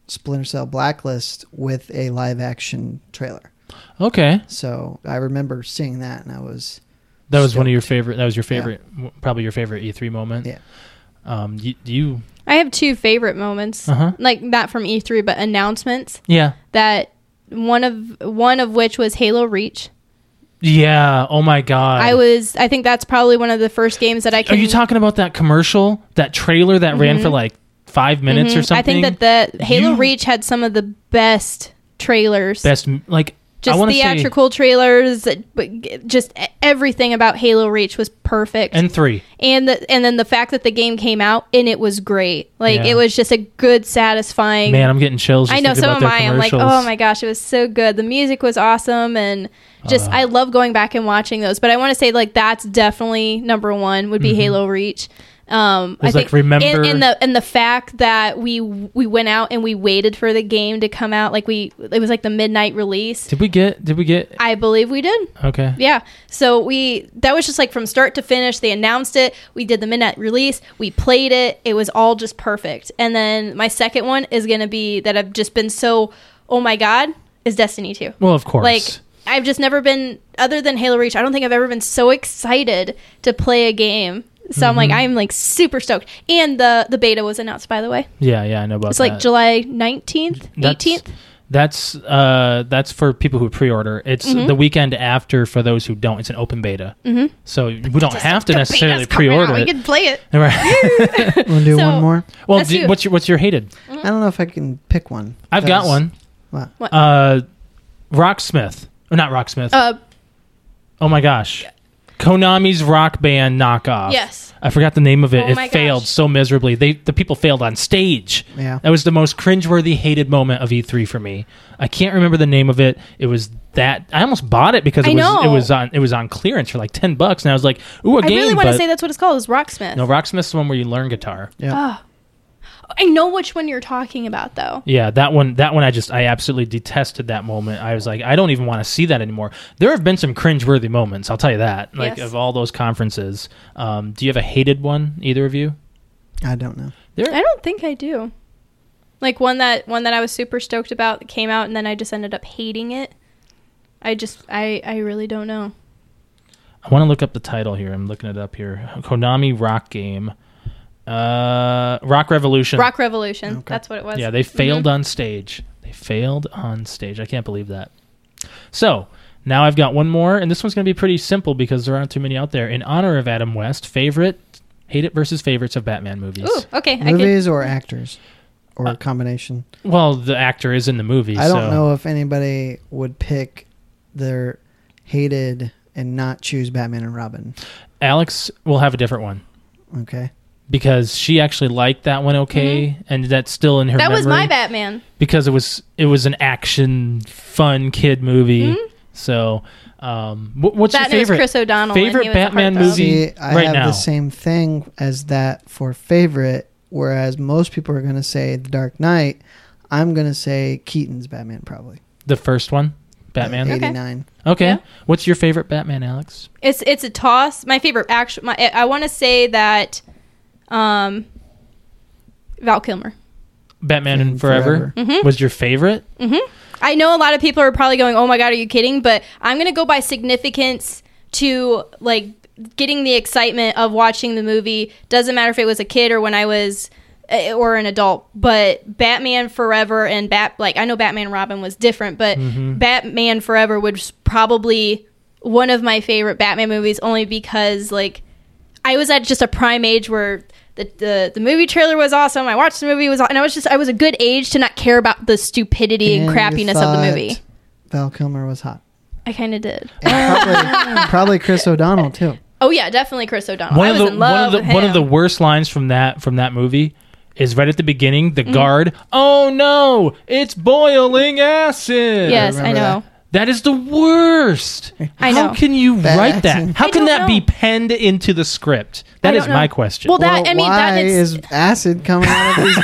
Splinter Cell Blacklist with a live action trailer. Okay, So I remember seeing that and I was that was one of your Stoked. favorite. That was your favorite, w- probably your favorite E3 moment. Yeah. Um. You. you I have two favorite moments. uh huh. Like not from E3 but announcements Yeah. that one of one of which was Halo Reach. Yeah. Oh my God. I was I think that's probably one of the first games that I Are can you talking about that commercial, that trailer that ran for like five minutes or Mhm. Mm-hmm. I something? think that the Halo You- Reach had some of the best trailers. best m- like I just want to say theatrical trailers, but g- just e- everything about Halo Reach was perfect. and three. and the, and then the fact that the game came out and it was great. Like Yeah. it was just a good, satisfying. Man, I'm getting chills. Just I know thinking so about am their I. I'm like, oh commercials. my gosh, it was so good. The music was awesome, and Uh. just I love going back and watching those. But I want to say like that's definitely number one would be Halo Reach. Um, I Mm-hmm. was like, think remember- and, and the and the fact that we we went out and we waited for the game to come out. Like we it was like the midnight release. Did we get? Did we get? I believe we did. Okay. Yeah. So we that was just like from start to finish. They announced it. We did the midnight release. We played it. It was all just perfect. And then my second one is gonna be that I've just been so oh my god is Destiny two. Well, of course. Like I've just never been other than Halo Reach. I don't think I've ever been so excited to play a game. So I'm Mm-hmm. like I'm like super stoked. And the the beta was announced by the way. yeah, yeah, I know about It's like that. July nineteenth, That's- eighteenth. That's uh, that's for people who pre-order. It's Mm-hmm. the weekend after for those who don't. It's an open beta, mm-hmm. so we don't have to necessarily pre-order We it. can play it. Right. want to do So- one more. well, That's do, you. what's your what's your hated? I don't know if I can pick one. I've got Because- one. What? Uh, Rocksmith, or not Rocksmith? Uh oh my gosh, Konami's rock band knockoff. yes. I forgot the name of it. Oh my it gosh. failed so miserably. They the people failed on stage. Yeah. That was the most cringeworthy hated moment of E3 for me. I can't remember the name of it. It was that I almost bought it because it I was it know. was on it was on clearance for like 10 bucks and I was like, "Ooh, a I game." really want to but- say that's what it's called is Rocksmith. No, Rocksmith's the one where you learn guitar. Yeah. I know which one you're talking about though. Yeah, that one that one I just I absolutely detested that moment. I was like, I don't even want to see that anymore. There have been some cringeworthy moments, I'll tell you that. Like Yes. of all those conferences. Um, do you have a hated one either of you? I don't know. I don't think I do. Like one that one that I was super stoked about that came out and then I just ended up hating it. I just I I really don't know. I want to look up the title here. I'm looking it up here. Konami Rock Game. Uh, Rock Revolution. Rock Revolution. Okay. That's what it was. Yeah, they failed Mhm. on stage. They failed on stage. I can't believe that. So now I've got one more, and this one's going to be pretty simple because there aren't too many out there. In honor of Adam West, favorite, hate it versus favorites of Batman movies. Ooh, okay. I could, Movies or actors? Or a combination? Well, the actor is in the movie. I don't so- know if anybody would pick their hated and not choose Batman and Robin. Alex will have a different one Okay. because she actually liked that one okay, and that's still in her. Mm-hmm. that was memory. my Batman. because it was it was an action fun kid movie. So, um, wh- what's Mm-hmm. That and it your was favorite? Chris O'Donnell. and favorite he was a Batman heartthrob. movie? See, I Um, right have now. the same thing as that for favorite, whereas most people are going to say The Dark Knight. I'm going to say Keaton's Batman, probably. the first one, Batman. Okay. 89. Okay, Yeah. what's your favorite Batman, Alex? It's it's a toss. My favorite action. My, I want to say that, um, Val Kilmer. Batman And and Forever, Mm-hmm. was your favorite. I know a lot of people are probably going, "Oh my god, are you kidding?" But I'm going to go by significance to like getting the excitement of watching the movie. Doesn't matter if it was a kid or when I was eh, or an adult. But Batman Forever and Bat like I know Batman Robin was different, but Mm-hmm. Batman Forever was probably one of my favorite Batman movies only because like I was at just a prime age where the, the the movie trailer was awesome. I watched the movie it was, aw- and I was just I was a good age to not care about the stupidity and, you crappiness of the thought movie. Val Kilmer was hot. I kind of did. And probably, probably Chris O'Donnell too. Oh yeah, definitely Chris O'Donnell. one I of was the in love one of with the him. one of the worst lines from that from that movie is right at the beginning. Mm-hmm. The guard, oh no, it's boiling acid. yes, I, remember know. that is the worst. I How know. can you Bad write acting. that? How I can don't that be know. penned into the script? That I is don't my know. question. Well, that- I mean, that why is- is acid coming out of these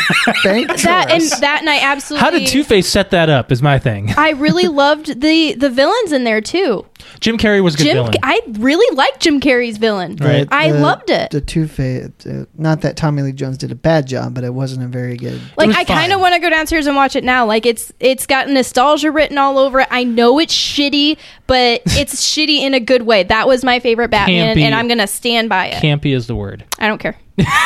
bank That and drawers? that and I absolutely. how did Two Face set that up? Is my thing. I really loved the the villains in there too. Jim Carrey was a good Jim, villain. I really liked Jim Carrey's villain. Right. I loved it. The Two Face. Uh, not that Tommy Lee Jones did a bad job, but it wasn't a very good. Like was I kind fine. of want to go downstairs and watch it now. Like it's it's got nostalgia written all over it. I know it's shitty, but it's shitty in a good way. That was my favorite Batman, Campy. and I'm gonna stand by it. Campy is the word. I don't care.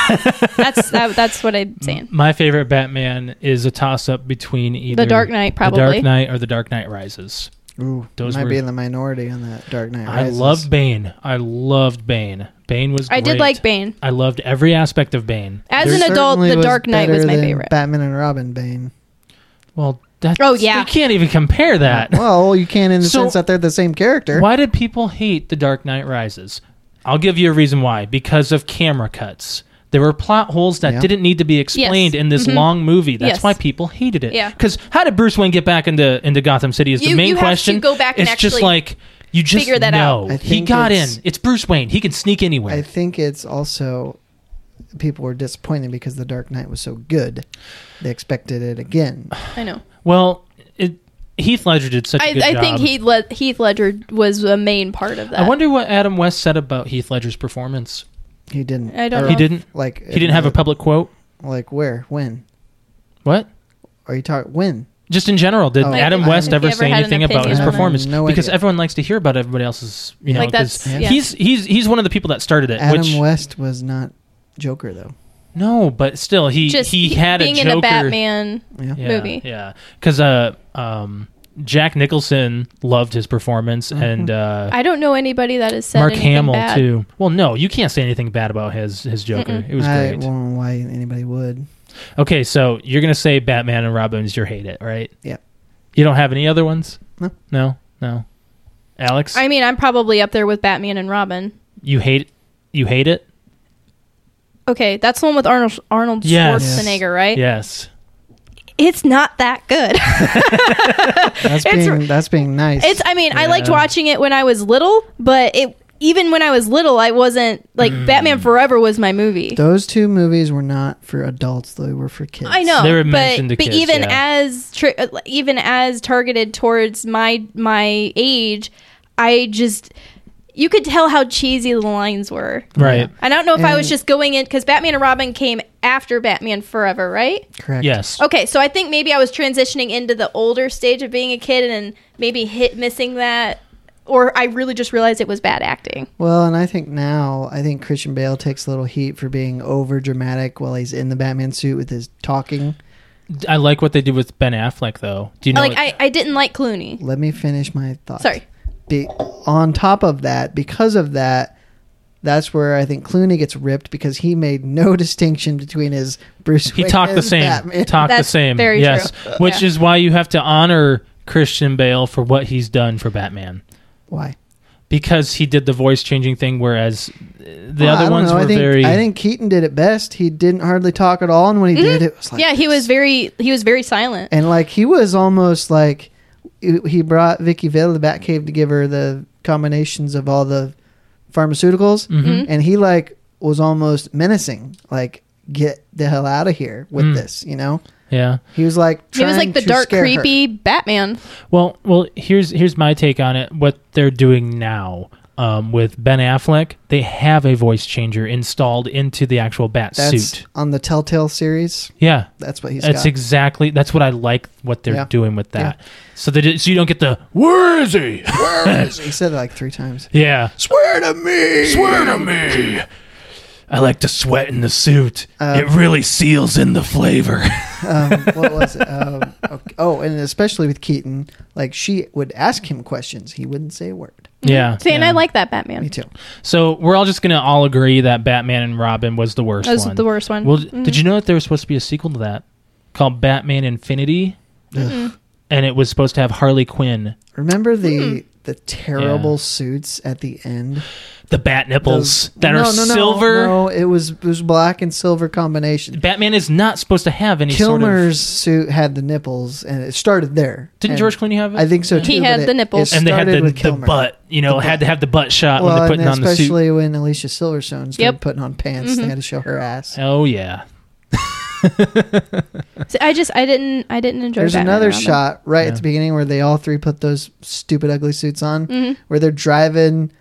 that's that, that's what I'm saying. My favorite Batman is a toss up between either Dark Knight, probably. The Dark Knight or The Dark Knight Rises. Ooh, Those might were- be in the minority on that Dark Knight. I Rises. loved Bane. I loved Bane. Bane was. I did great. like Bane. I loved every aspect of Bane. As There an adult, certainly The Dark Knight was better my than favorite. Batman and Robin Bane. Well, that's Oh, yeah. you can't even compare that. Well, you can in the So- sense that they're the same character. Why did people hate The Dark Knight Rises? I'll give you a reason why. Because of camera cuts. There were plot holes that Yeah. didn't need to be explained Yes. Mm-hmm. in this long movie. That's Yes. why people hated it. Yeah. Because how did Bruce Wayne get back into into Gotham City is the You- main you have to question. go back and it's just actually like you just figure that out. know I he think got in. it's- It's Bruce Wayne. He can sneak anywhere. I think it's also people were disappointed because the Dark Knight was so good. They expected it again. I know. well, it, Heath Ledger did such a I, good I job. think uh, Heath, Le- Heath Ledger was a main part of that. I wonder what Adam West said about Heath Ledger's performance. He didn't. I don't or, know. He didn't. Like He didn't have a public quote. Like where? When? What? Are you talking? When? Just in general, did Oh. Adam I West don't think ever he say ever had an anything about opinion his on it. performance? No because idea. everyone likes to hear about everybody else's. You know, Like, that's- 'cause yeah. he's he's he's one of the people that started it. Adam which West was not Joker though. no, but still, he Just he had being a Joker in a Batman. Yeah. yeah, movie. Yeah, because uh um Jack Nicholson loved his performance Mm-hmm. and uh I don't know anybody that has said Mark anything Hamill bad. too. Well, no, you can't say anything bad about his his Joker. It was I great. don't know why anybody would. Okay, so you're gonna say Batman and Robin's your hate it, right? Yeah. You don't have any other ones? No. No? No. Alex? I mean, I'm probably up there with Batman and Robin. you hate you hate it? Okay, that's the one with Arnold Arnold Yes. Schwarzenegger, right? Yes. It's not that good. That's It's- being that's being nice. it's I mean, I liked Yeah. watching it when I was little, but it even when I was little, I wasn't like Mm. Batman Forever was my movie. Those two movies were not for adults; they were for kids. I know, They were but, mentioned to but kids, even yeah. as tri- uh, even as targeted towards my my age, I just you could tell how cheesy the lines were. Right. I don't know if I was And- just going in because Batman and Robin came after Batman Forever, right? Correct. Yes. Okay, so I think maybe I was transitioning into the older stage of being a kid and maybe hit missing that, or I really just realized it was bad acting. Well, and I think now I think Christian Bale takes a little heat for being over dramatic while he's in the Batman suit with his talking. I like what they did with Ben Affleck though. Do you know like I, I didn't like Clooney. Let me finish my thought. Sorry. Be- on top of that, because of that, that's where I think Clooney gets ripped because he made no distinction between his Bruce. he Wayne talked the and same. Batman. Talked the That's same. very yes. true. Which Yeah. is why you have to honor Christian Bale for what he's done for Batman. Why? Because he did the voice changing thing, whereas uh, the Well, I other don't ones know. were I think, very I think Keaton did it best. He didn't hardly talk at all, and when he did, it was like Mm-hmm. yeah, he this. was very he was very silent. and like he was almost like he brought Vicky Vale to the Batcave to give her the combinations of all the pharmaceuticals, Mm-hmm. Mhm. and he like was almost menacing, like get the hell out of here with Mm. this, you know. Yeah. He was like He was trying like the to dark, scare her. creepy Batman. Well, well, here's here's my take on it. What they're doing now um, with Ben Affleck, they have a voice changer installed into the actual bat That's suit. on the Telltale series. Yeah, That's what he's that's got. exactly that's what I like. What they're Yeah. doing with that, so they did, so you don't get the where is he? he said it like three times. yeah, Swear to me. swear to me. I like to sweat in the suit. Uh, it really seals in the flavor. Mm-hmm. um, what was it? Um, okay. Oh, and especially with Keaton, like she would ask him questions, he wouldn't say a word. Yeah. See, and yeah. I like that Batman. Me too. So we're all just gonna all agree that Batman and Robin was the worst. That was one. the worst one. Mm-hmm. Well, did you know that there was supposed to be a sequel to that called Batman Infinity, Mm-hmm. Ugh. and it was supposed to have Harley Quinn, Remember Mm-hmm. the the terrible Yeah. suits at the end the Bat nipples Those- that No, are no, no, silver. No, it was it was black and silver combination. Batman is not supposed to have any sort of. Kilmer's suit had the nipples, and it started there. Didn't And George Clooney have it? I think so too. He but had it- the nipples. it and they had started the, with the Kilmer. butt. You know, The had to have the butt shot Well, when they're and putting on the suit. especially when Alicia Silverstone started Yep. Mm-hmm. putting on pants, they had to show her ass. Oh yeah, See, I just I didn't I didn't enjoy. There's Batman another and Robin. shot right Yeah. at the beginning where they all three put those stupid ugly suits on, Mm-hmm. where they're driving.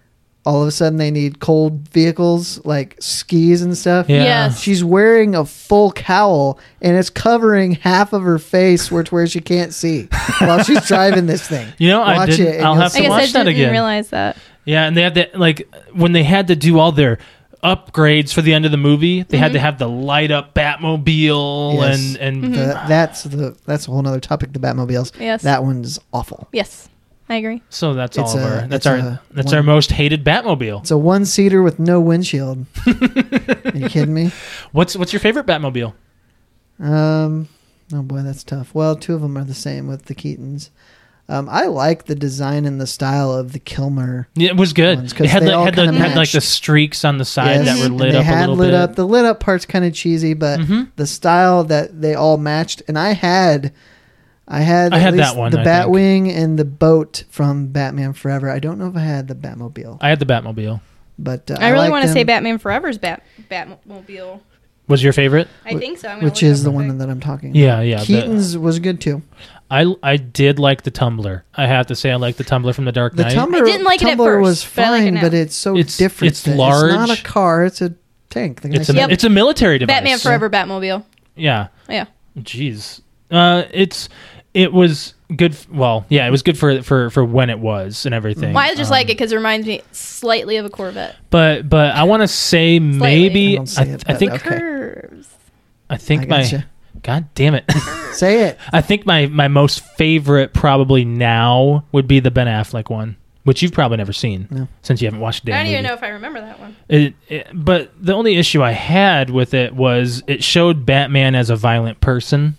All of a sudden, they need cold vehicles like skis and stuff. yeah. Yes. She's wearing a full cowl and it's covering half of her face, where to where she can't see while she's driving this thing. You know, I didn't- and I'll you'll have to I see guess it. watch I that didn't again. realize that. Yeah, and they had that like when they had to do all their upgrades for the end of the movie, they had to have the light up Batmobile Yes. and and The- that's the that's a whole nother topic. The Batmobiles. Mm-hmm. Yes. That one's awful. Yes, I agree. so that's It's all of a- our that's it's our a that's one- our most hated Batmobile. It's a one seater with no windshield. Are you kidding me? What's what's your favorite Batmobile? Um, oh boy, that's tough. Well, two of them are the same with the Keatons. Um, I like the design and the style of the Kilmer. Yeah, It was good. Ones, 'cause It had they the, all had, the, kinda had like the matched. streaks on the side Yes, that were and lit they up a had little lit bit. Mm-hmm. up. The lit up part's kind of cheesy, but the style that they all matched, and I had. I had, I at had that least one, the I think. Batwing and the boat from Batman Forever. I don't know if I had the Batmobile, I had the Batmobile. but uh, I, really like want to them, say Batman Forever's Bat Batmobile. Was your favorite? I think so. I'm gonna which look is up the real one quick. that I'm talking. Yeah, yeah. the- Keaton's was good too. I I did like the Tumbler. I have to say I like the Tumbler from the Dark The Knight. tumbler, I didn't like it at tumbler first, was but I like it fine, now. but, it's so It's- different. it's that large. It's not a car. It's a tank. Like I it's a said. Yep. it's a military device. Batman Forever Batmobile. Yeah. Yeah. Jeez. Uh, it's it was good. f- Well, yeah, it was good for for for when it was and everything. Why I just Um, like it because it reminds me slightly of a Corvette. But but I want to say maybe I I, don't see I, it, but think okay. Curves. I think I my gotcha. God damn it! Say it. I think my my most favorite probably now would be the Ben Affleck one, which you've probably never seen No. since you haven't watched. I a Damn don't even movie. know if I remember that one. It, it, but the only issue I had with it was it showed Batman as a violent person,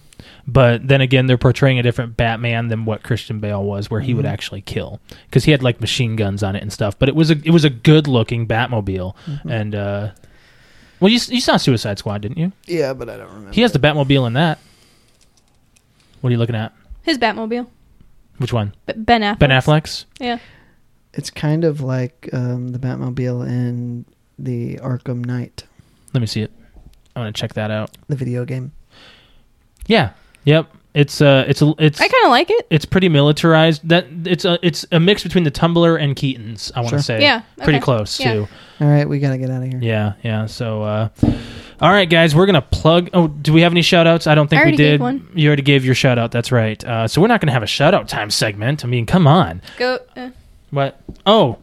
but then again, they're portraying a different Batman than what Christian Bale was, where he would actually kill because he had like machine guns on it and stuff. But it was a it was a good looking Batmobile, and uh, well, you s- you saw Suicide Squad, didn't you? Yeah, but I don't remember. He has the Batmobile in that. What are you looking at? His Batmobile. Which one? B- Ben Affleck. Ben Affleck's. Yeah. It's kind of like um, the Batmobile in the Arkham Knight, Let me see it. I want to check that out. the video game. Yeah. Yep. It's uh. It's a. It's. I kind of like it. it's pretty militarized. That it's a it's a mix between the Tumbler and Keaton's. I want to Sure. say, Yeah, pretty okay. close Yeah. too. All right, we gotta get out of here. Yeah, yeah. So, uh, all right, guys, we're gonna plug. Oh, do we have any shout outs? I don't think I we already did. gave one. You already gave your shout out. That's right. Uh, so we're not gonna have a shout out time segment. I mean, come on. Go. Uh, What? Oh,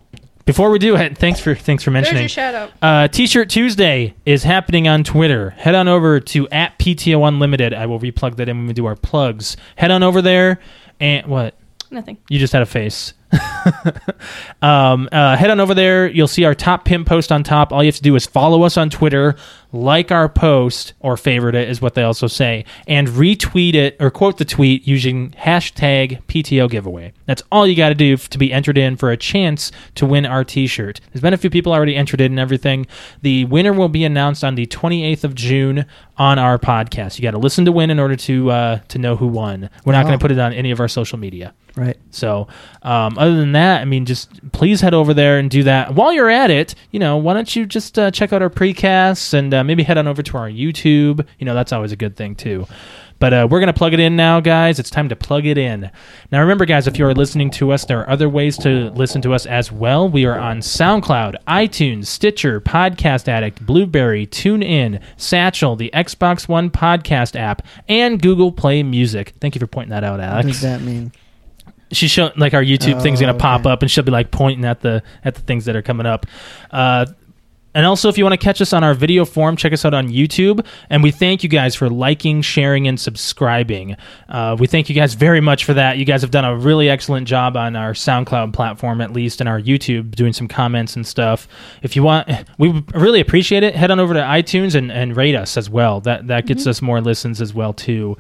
before we do it, thanks for thanks for there's mentioning. your shout out. Uh, T-shirt Tuesday is happening on Twitter. Head on over to at PTO Unlimited. I will replug that in when we do our plugs. Head on over there and what? Nothing. You just had a face. um, uh, head on over there. You'll see our top pin post on top. All you have to do is follow us on Twitter, like our post, or favorite it, is what they also say, and retweet it or quote the tweet using hashtag PTO giveaway. That's all you got to do f- to be entered in for a chance to win our t shirt. There's been a few people already entered in and everything. The winner will be announced on the 28th of June on our podcast. You got to listen to win in order to, uh, to know who won. We're not Oh. going to put it on any of our social media. Right. So, um, other than that, I mean, just please head over there and do that. While you're at it, you know, why don't you just uh, check out our precasts and uh, maybe head on over to our YouTube? You know, that's always a good thing too. But uh, we're gonna plug it in now, guys. It's time to plug it in. Now, remember, guys, if you are listening to us, there are other ways to listen to us as well. We are on SoundCloud, iTunes, Stitcher, Podcast Addict, Blueberry, TuneIn, Satchel, the Xbox One podcast app, and Google Play Music. Thank you for pointing that out, What Alex does that mean? she show like our YouTube Oh, thing's gonna pop okay. up, and she'll be like pointing at the at the things that are coming up. Uh, And also, if you want to catch us on our video form, check us out on YouTube. And we thank you guys for liking, sharing, and subscribing. Uh, we thank you guys very much for that. You guys have done a really excellent job on our SoundCloud platform, at least, and our YouTube, doing some comments and stuff. If you want, we really appreciate it. Head on over to iTunes and, and rate us as well. That that gets us more listens as well too.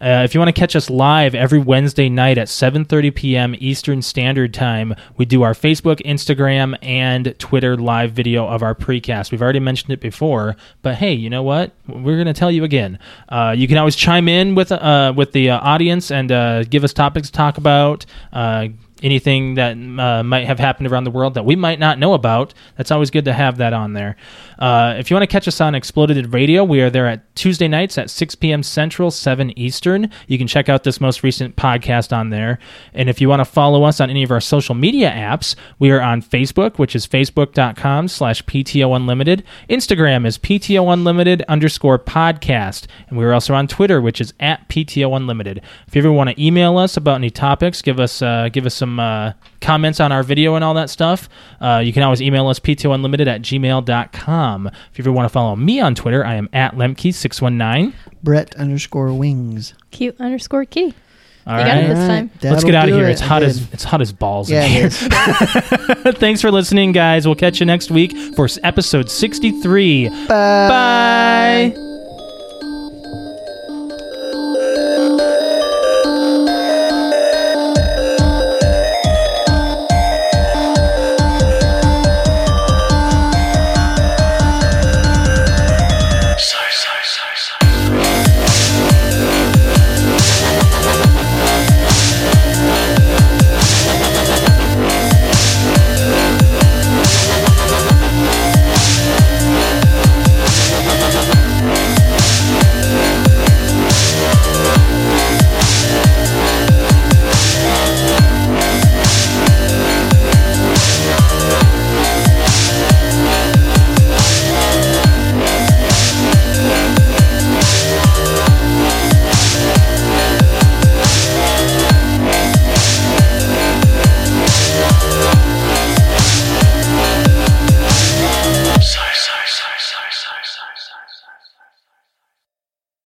Uh, if you want to catch us live every Wednesday night at 7:30 p.m. Eastern Standard Time, we do our Facebook, Instagram, and Twitter live video of our precast. We've already mentioned it before, but hey, you know what? We're going to tell you again. Uh, you can always chime in with uh, with the uh, audience and uh, give us topics to talk about. Uh, Anything that uh, might have happened around the world that we might not know about, that's always good to have that on there. Uh, if you want to catch us on Exploded Radio, we are there at Tuesday nights at 6 p.m. Central, 7 Eastern. You can check out this most recent podcast on there. And if you want to follow us on any of our social media apps, we are on Facebook, which is facebook.com slash PTO Unlimited. Instagram is PTO Unlimited underscore podcast. And we're also on Twitter, which is at PTO Unlimited. If you ever want to email us about any topics, give us uh, give us some uh, comments on our video and all that stuff, uh, you can always email us p2unlimited at gmail.com. If you ever want to follow me on Twitter, I am at Lemke619. Brett underscore wings. Cute underscore key. All You got it right. this time. Let's That'll get out of do here. it. It's hot I as did. it's hot as balls Yeah, in it here. is. Thanks for listening, guys. We'll catch you next week for s- episode 63. Bye.